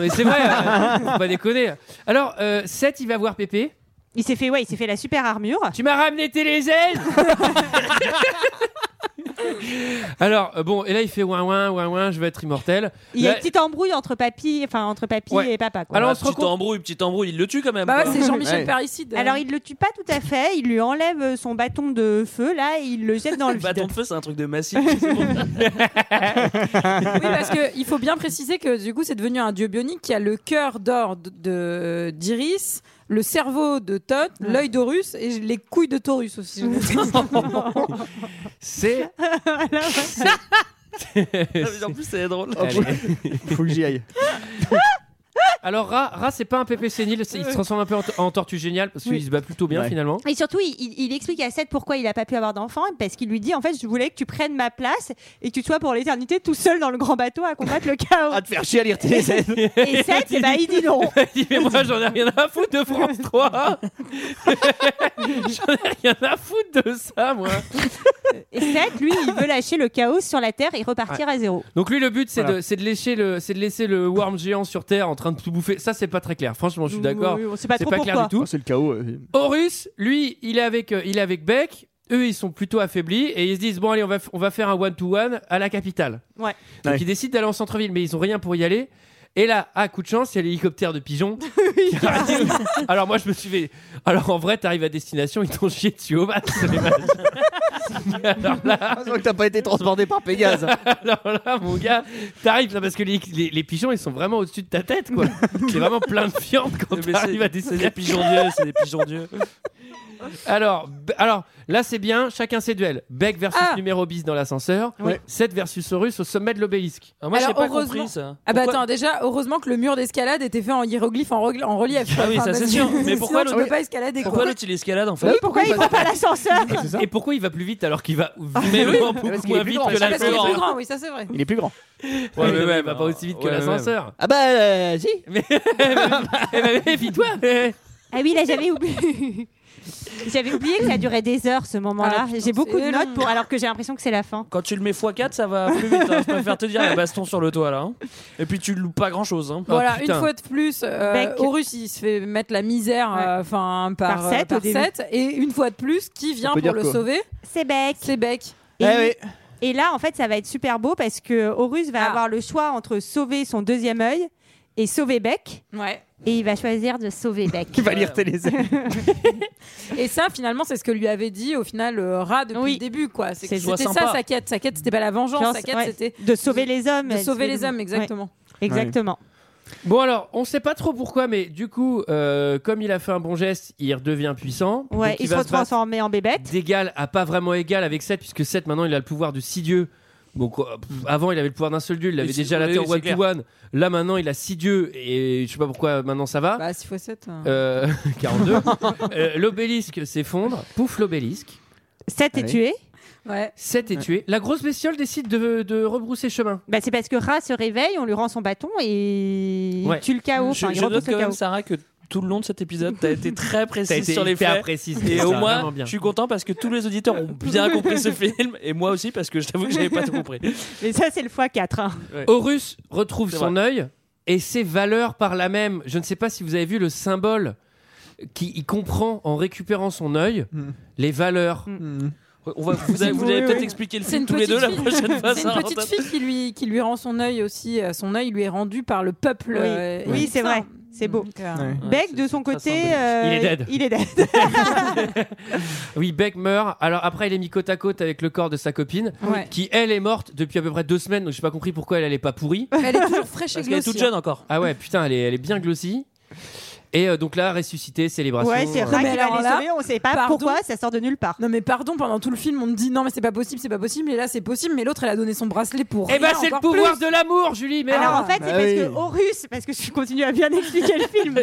mais c'est vrai, euh, faut pas déconner. Alors, 7, il va voir Pépé.
Il s'est fait, ouais, il s'est fait la super armure.
Tu m'as ramené tes les ailes Alors, euh, bon, et là, il fait ouin ouin, ouin ouin, je vais être immortel.
Il y a
Là-
une petite embrouille entre papy, enfin entre papy
Ouais.
et papa. Quoi.
Alors Bah, petit embrouille, petit embrouille, il le tue quand même.
Bah
quoi.
Bah,
euh,
euh,
Alors il le tue pas tout à fait, il lui enlève euh, son bâton de feu là et il le jette dans le vide.
Bâton de Bah, feu, c'est un truc de massif.
Oui, parce qu'il faut bien préciser que du coup, c'est devenu un dieu bionique qui a le cœur d'or de- de- d'Iris, le cerveau de Thoth, l'œil d'Horus et les couilles de Taurus aussi.
c'est.
en plus, c'est drôle.
Oh, Faut que j'y aille.
Alors, Ra, Ra c'est pas un Pépé sénile, c'est- il se transforme un peu en, en tortue géniale parce qu'il
Oui.
se bat plutôt bien
Ouais.
finalement.
Et surtout, il, il- il explique à Seth pourquoi il a pas pu avoir d'enfant, parce qu'il lui dit en fait, je voulais que tu prennes ma place et que tu sois pour l'éternité tout seul dans le grand bateau à combattre le
Ah,
chaos.
À Ah, te faire chier à lire tes ailes.
Et Seth, eh ben, il dit non.
Il dit, mais moi j'en ai rien à foutre de France 3 J'en ai rien à foutre de ça moi
Et Seth, lui, il veut lâcher le chaos sur la terre et repartir
Ouais.
à zéro.
Donc lui le but c'est
Voilà.
de, c'est de lécher le c'est de laisser le worm géant sur terre en train de tout bouffer. Ça c'est pas très clair. Franchement, je suis d'accord.
Oui, on sait pas
c'est
trop
pas clair
pourquoi.
du tout.
C'est le chaos. euh.
Horus, lui, il est avec euh, il est avec Beck. Eux, ils sont plutôt affaiblis et ils se disent bon allez, on va f- on va faire un one to one à la capitale.
Ouais.
Donc ils décident d'aller en centre-ville, mais ils ont rien pour y aller. Et là, à coup de chance, il y a l'hélicoptère de pigeon. qui arrive. Alors moi, je me suis fait. Alors en vrai, t'arrives à destination, ils t'ont chié dessus au bas. Alors là,
Ah, que t'as pas été transporté par Pégase.
Alors là, mon gars, t'arrives là parce que les, les- les pigeons, ils sont vraiment au-dessus de ta tête, quoi. C'est vraiment plein de viande quand
Mais c'est-
t'arrives à
c'est
destination.
des pigeons dieux, c'est des pigeons dieux.
Alors, b- alors là, c'est bien, chacun ses duels. Beck versus
Ah.
numéro bis dans l'ascenseur,
Oui.
7 versus Horus au sommet de l'obélisque. Ah, moi, j'ai
Alors,
pas
heureusement-
compris ça.
Ah bah
Pourquoi-
attends, déjà, heureusement que le mur d'escalade était fait en hiéroglyphe, en, regl- en relief.
Ah oui,
Enfin,
ça
parce
c'est
que
sûr. Mais
sinon,
pourquoi
tu
l'autre
peux pas escalader
Pourquoi
quoi.
l'autre il escalade en fait
Bah oui, pourquoi il prend pas l'ascenseur
Et pourquoi il va plus vite alors qu'il va vraiment
parce
beaucoup
qu'il est
moins
plus
vite
grand.
que
Parce qu'il est
l'ascenseur
hein
plus
grand, Ah, oui, ça c'est vrai.
Il est plus grand.
Ouais, mais ouais, il va pas aussi vite que l'ascenseur.
Ah bah euh, si.
Eh ben, méfie-toi mais-
Ah oui, là j'avais oublié. j'avais oublié que ça durait des heures ce
Ah,
moment-là. J'ai beaucoup de
c'est
notes pour alors que j'ai l'impression que c'est la fin.
Quand tu le mets x4, ça va plus vite. hein. Je préfère te dire, il y a baston sur le toit là. hein. Et puis tu loues pas hein. Ah, grand chose.
Voilà, une fois de plus, euh,
Bec.
Horus il se fait mettre la misère euh, enfin par,
Par Seth,
euh,
au début.
Seth. et une fois de plus, qui vient
peut
pour
dire
le
quoi
sauver
C'est Beck.
C'est Beck.
Et, et là, en fait, ça va être super beau parce que Horus
Ah.
va avoir le choix entre sauver son deuxième œil et sauver Beck.
Ouais.
Et il va choisir de sauver Beck.
Il va lire tes les ailes.
Et ça, finalement, c'est ce que lui avait dit au final euh, Ra depuis le début, quoi. C'est que
C'est- Sois
C'était ça
sympa.
sa quête. Sa quête, c'était pas la vengeance.
Genre,
sa quête,
ouais,
c'était
de sauver les hommes.
de sauver les hommes,
Ouais.
exactement.
Exactement.
Bon alors, on sait pas trop pourquoi, mais du coup, euh, comme il a fait un bon geste, il redevient puissant.
Ouais,
Donc,
il se
va battre
retransformait en bébête.
d'égal à pas vraiment égal avec 7 puisque 7 maintenant il a le pouvoir de 6 dieux donc euh, pff, avant il avait le pouvoir d'un seul dieu il l'avait
Oui, c'est-
déjà à la
oui,
terre
c'est
one
clair.
to one là maintenant il a 6 dieux et je sais pas pourquoi maintenant ça va
Bah, 6 fois 7.
Euh, 42 Euh, l'obélisque s'effondre pouf l'obélisque
7 est
Ouais.
tué.
Ouais.
7 est tué la grosse bestiole décide de, de rebrousser chemin
Bah, c'est parce que Ra se réveille, on lui rend son bâton et
Ouais.
il tue le chaos.
Je,
Enfin, il
je note
repousse
quand
le
même,
chaos.
Sarah, que tout le long de cet épisode, t'as été très
T'as
précise
été
sur les
hyper
faits.
précise,
Et
ça,
au
vraiment
moins,
bien.
je suis content parce que tous les auditeurs ont bien compris ce film et moi aussi parce que je t'avoue que j'avais pas tout compris.
Mais ça, c'est le x4. hein.
Horus retrouve
C'est
son
vrai.
œil et ses valeurs par la même. Je ne sais pas si vous avez vu le symbole qui il comprend en récupérant son œil,
Hmm.
les
Hmm.
valeurs.
On va, vous allez, vous allez peut-être expliquer le
C'est
film
une
tous les
petite
deux la
fille.
prochaine fois.
C'est une
Sarah.
petite fille qui lui, qui lui rend son œil aussi. euh, Son œil lui est rendu par le peuple.
Oui,
euh,
Oui, c'est
égyptien.
vrai. C'est beau.
euh, Ouais.
Beck, de son côté, euh,
Il est dead.
Il est dead.
Oui, Beck meurt. Alors après, il est mis côte à côte avec le corps de sa copine,
Ouais.
qui elle est morte depuis à peu près deux semaines. Donc j'ai pas compris pourquoi elle, elle est pas pourrie.
Elle est toujours fraîche et
Parce qu'elle est
glossy,
toute jeune
hein.
encore. Ah ouais, putain, elle est, elle est bien glossy. Et euh, donc là, ressuscité, célébration.
Ouais, c'est
euh,
Ra qui va les sauver, on sait pas pourquoi, ça sort de nulle part.
Non, mais pardon, pendant tout le film, on me dit non, mais c'est pas possible, c'est pas possible, et là c'est possible, mais l'autre elle a donné son bracelet pour.
Eh ben,
rien,
c'est le
encore
pouvoir
plus.
de l'amour, Julie. Mais
Alors en fait,
Bah
c'est parce que Horus, parce que je continue à bien expliquer le film.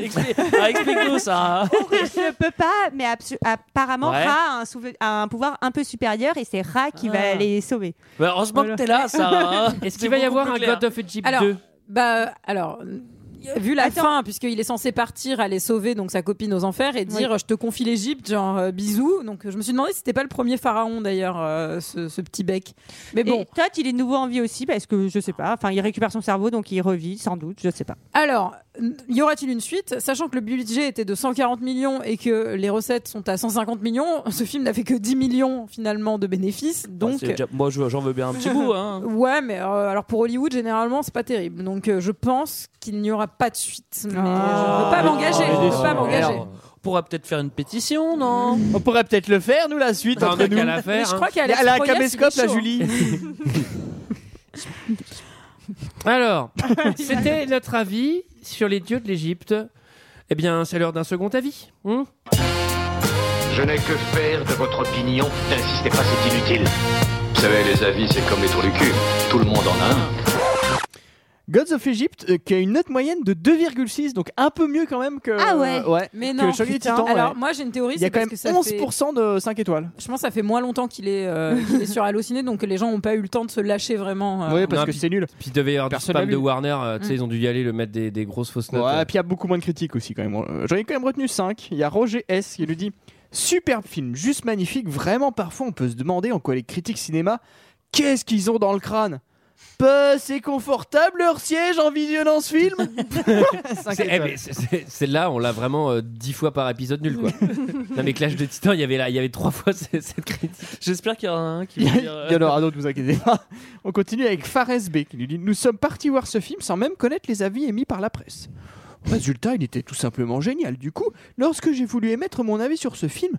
Ah, Explique-nous ça.
Horus ne peut pas, mais abso- apparemment
Ouais.
Ra a un, souve- a un pouvoir un peu supérieur et c'est Ra qui
Ah.
va les sauver.
Bah, heureusement que t'es là, Sarah. hein.
Est-ce
C'est
qu'il va y
beaucoup
avoir
plus
un
clair.
God of Egypt
alors,
2
Bah, euh, alors. Vu la
Attends.
fin, puisqu'il est censé partir, aller sauver donc sa copine aux enfers et dire je te confie l'Égypte, genre euh, bisous. Donc je me suis demandé si c'était pas le premier pharaon d'ailleurs, euh, ce, ce petit bec. Mais bon.
Et Todd, il est de nouveau en vie aussi parce que je sais pas, enfin il récupère son cerveau donc il revit sans doute, je sais pas.
Alors, n- y aura-t-il une suite Sachant que le budget était de 140 millions et que les recettes sont à 150 millions, ce film n'a fait que 10 millions finalement de bénéfices.
Bah,
Donc,
c'est déjà- Moi, je- j'en veux bien un petit bout. Hein.
ouais, mais euh, alors pour Hollywood, généralement, c'est pas terrible. Donc, euh, je pense qu'il n'y aura pas de suite. Mais je veux pas m'engager. Je veux pas m'engager.
Alors, On pourra peut-être faire une pétition, non
On pourrait peut-être le faire, nous, la suite.
T'as un
entre
truc
nous.
à la faire, Mais je hein. crois qu'à
Elle a un
Alex Proyas,
caméscope,
il est
la
chaud,
Julie.
Alors, c'était notre avis sur les dieux de l'Égypte. Eh bien, c'est l'heure d'un second avis. hein
Je n'ai que faire de votre opinion. N'insistez pas, c'est inutile.
Vous savez, les avis, c'est comme les trous du cul. Tout le monde en a un.
Gods of Egypt euh, qui a une note moyenne de 2,6, donc un peu mieux quand même que.
Ah ouais.
euh, ouais.
Mais
que
non,
Shang-Chi et
putain.
Titan, ouais.
Alors, moi, j'ai une théorie,
Il y a
c'est
quand
parce
même
que ça
11% de 5 étoiles.
Je pense que ça fait moins longtemps qu'il est, euh, qu'il est sur Allociné, donc les gens n'ont pas eu le temps de se lâcher vraiment. euh.
Ouais, parce
Non,
que
puis-
c'est nul.
Puis il devait y avoir
Personne
du
l'a
spam
vu.
de Warner, euh, tu sais,
Mm.
ils ont dû y aller le mettre des, des grosses fausses notes.
Ouais, puis il y a beaucoup moins de critiques aussi quand même. Euh, J'en ai quand même retenu 5. Il y a Roger S qui lui dit Superbe film, juste magnifique. Vraiment, parfois, on peut se demander en quoi les critiques cinéma, qu'est-ce qu'ils ont dans le crâne Peu, c'est confortable leur siège en visionnant ce film
C'est- eh, mais c'est- c'est- Celle-là, on l'a vraiment euh, dix fois par épisode nul, quoi. non, mais Clash de Titans, il y avait là, il y avait trois fois cette cette critique.
J'espère qu'il y en a un qui
Il
va
y,
dire. euh,
en aura d'autres, vous inquiétez pas. On continue avec Fares B qui nous dit Nous sommes partis voir ce film sans même connaître les avis émis par la presse. Résultat, il était tout simplement génial. Du coup, lorsque j'ai voulu émettre mon avis sur ce film,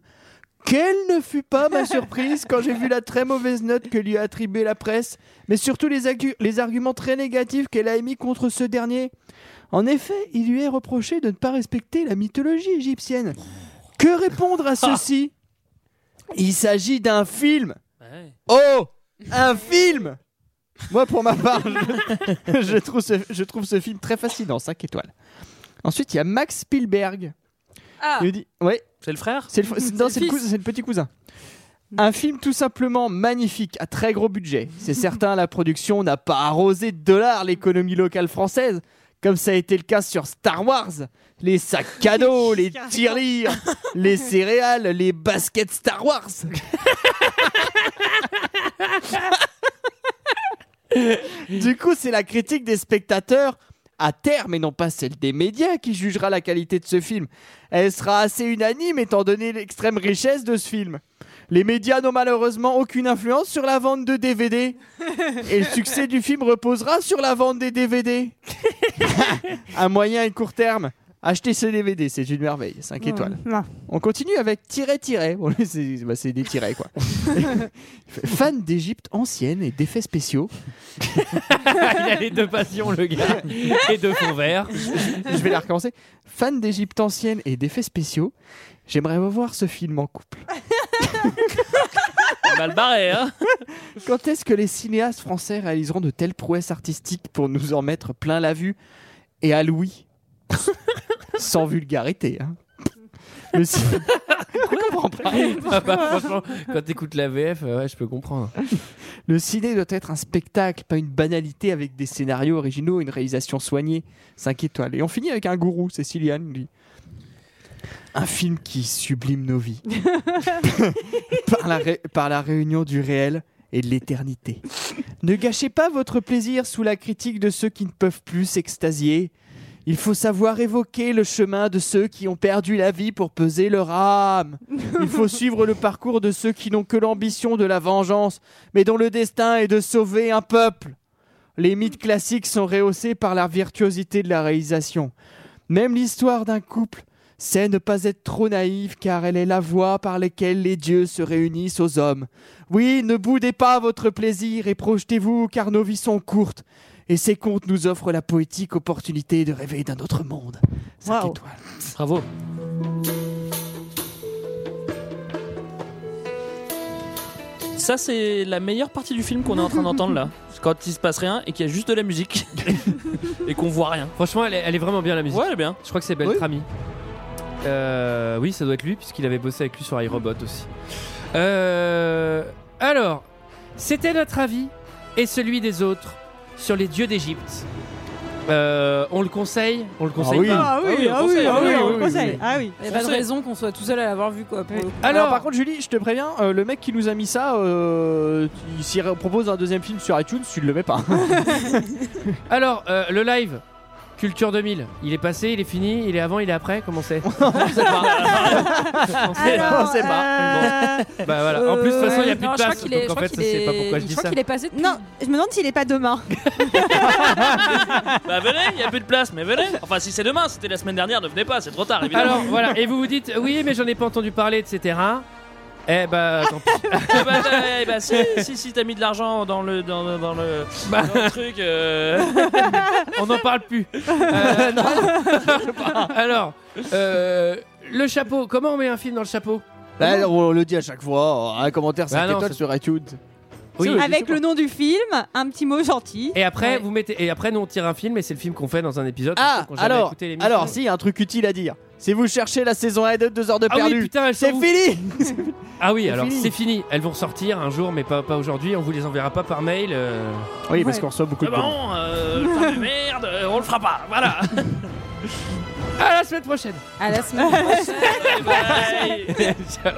quelle ne fut pas ma surprise quand j'ai vu la très mauvaise note que lui a attribuée la presse, mais surtout les, argu- les arguments très négatifs qu'elle a émis contre ce dernier. En effet, il lui est reproché de ne pas respecter la mythologie égyptienne. Que répondre à ceci Il s'agit d'un film Oh Un film Moi, pour ma part, je, je trouve ce, je trouve ce film très fascinant, 5 étoiles. Ensuite, il y a Max Spielberg.
Ah.
Il dit, ouais.
C'est le frère
C'est le, fr- c'est- non, c'est le
fils.
cous- c'est le petit cousin. Un film tout simplement magnifique, à très gros budget. C'est certain, la production n'a pas arrosé de dollars l'économie locale française, comme ça a été le cas sur Star Wars. Les sacs cadeaux, les tirelires, les céréales, les baskets Star Wars. du coup, c'est la critique des spectateurs à terme et non pas celle des médias qui jugera la qualité de ce film. Elle sera assez unanime étant donné l'extrême richesse de ce film. Les médias n'ont malheureusement aucune influence sur la vente de DVD. Et le succès du film reposera sur la vente des DVD. à moyen et court terme. Achetez ce DVD, c'est une merveille. 5 étoiles.
Ouais.
On continue avec tiret tiret. Bon, lui, c'est bah, c'est des tirets quoi. Fan d'Égypte ancienne et d'effets spéciaux.
il a les deux passions, le gars. Et deux fonds verts.
Je vais la recommencer. Fan d'Égypte ancienne et d'effets spéciaux. J'aimerais revoir ce film en couple.
Mal barré, hein
Quand est-ce que les cinéastes français réaliseront de telles prouesses artistiques pour nous en mettre plein la vue et à l'ouïe Sans vulgarité. hein. Le ci- Je comprends pas.
Ah bah, franchement, quand t'écoutes la VF, euh, ouais, je peux comprendre.
Le ciné doit être un spectacle, pas une banalité avec des scénarios originaux, une réalisation soignée. 5 étoiles. Et on finit avec un gourou, Céciliane, lui. Un film qui sublime nos vies. par, la ré- par la réunion du réel et de l'éternité. Ne gâchez pas votre plaisir sous la critique de ceux qui ne peuvent plus s'extasier. Il faut savoir évoquer le chemin de ceux qui ont perdu la vie pour peser leur âme. Il faut suivre le parcours de ceux qui n'ont que l'ambition de la vengeance, mais dont le destin est de sauver un peuple. Les mythes classiques sont rehaussés par la virtuosité de la réalisation. Même l'histoire d'un couple c'est ne pas être trop naïf car elle est la voie par laquelle les dieux se réunissent aux hommes. Oui, ne boudez pas votre plaisir et projetez-vous car nos vies sont courtes et ces contes nous offrent la poétique opportunité de rêver d'un autre monde. Cinq étoiles.
Bravo. Ça, c'est la meilleure partie du film qu'on est en train d'entendre là. C'est Quand il se passe rien et qu'il y a juste de la musique et qu'on voit rien.
Franchement, elle est, elle est vraiment bien la musique.
Ouais, elle est bien.
Je crois que c'est Beltrami. Oui. oui, ça doit être lui, puisqu'il avait bossé avec lui sur iRobot aussi. Euh, alors, c'était notre avis et celui des autres sur les dieux d'Égypte. Euh, on le conseille On le conseille pas
Ah oui, ah oui, ah oui, on le conseille.
Ah
oui. Il n'y a pas de
Conseil.
raison qu'on soit tout seul à l'avoir vu quoi. pour le coup.
Alors, par contre, Julie, je te préviens, euh, le mec qui nous a mis ça, euh, il- s'il propose un deuxième film sur iTunes, tu ne le mets pas.
Alors, euh, le live Culture 2000, il est passé, il est fini, il est avant, il est après, comment c'est
Bah,
Alors,
On sait pas. Bon. Bah voilà, en plus de toute façon, il n'y a plus
Euh, non,
de
je crois
place,
qu'il est-
donc en
je
fait,
crois
je sais
qu'il
pas pourquoi je
est-
dis
je crois
ça.
qu'il est passé depuis.
euh, Non, je me demande s'il est pas demain.
Bah venez, il n'y a plus de place, mais venez. Enfin, si c'est demain, c'était la semaine dernière, ne venez pas, c'est trop tard évidemment.
Alors voilà, et vous vous dites, oui, mais j'en ai pas entendu parler, etc. Eh bah, tant pis.
Ah bah, eh bah, si, si, si t'as mis de l'argent dans le, dans, le- dans le, dans le truc. euh,
on n'en parle plus. Euh, Alors, euh, le chapeau, comment on met un film dans le chapeau
Là, Bah, on le dit à chaque fois, un commentaire 5
Bah non,
étoiles
c'est-
sur iTunes.
Avec le nom du film, un petit mot gentil.
Et après, vous mettez. Et après, nous on tire un film et c'est le film qu'on fait dans un épisode.
Ah,
pour ceux qui ont jamais
alors,
écouté l'émission.
alors, si, un truc utile à dire. Si vous cherchez la saison 1 et 2 de 2 heures de
Ah oui,
perdu,
putain, elles
c'est
sont où
fini
Ah oui,
C'est
alors
fini.
c'est fini. Elles vont sortir un jour, mais pas, pas aujourd'hui. On vous les enverra pas par mail. euh.
Oui, parce qu'on reçoit beaucoup
ah
de
bah
gens.
bon, euh, putain de merde, euh, on le fera pas, voilà.
À la semaine prochaine.
À la semaine prochaine.
Ciao.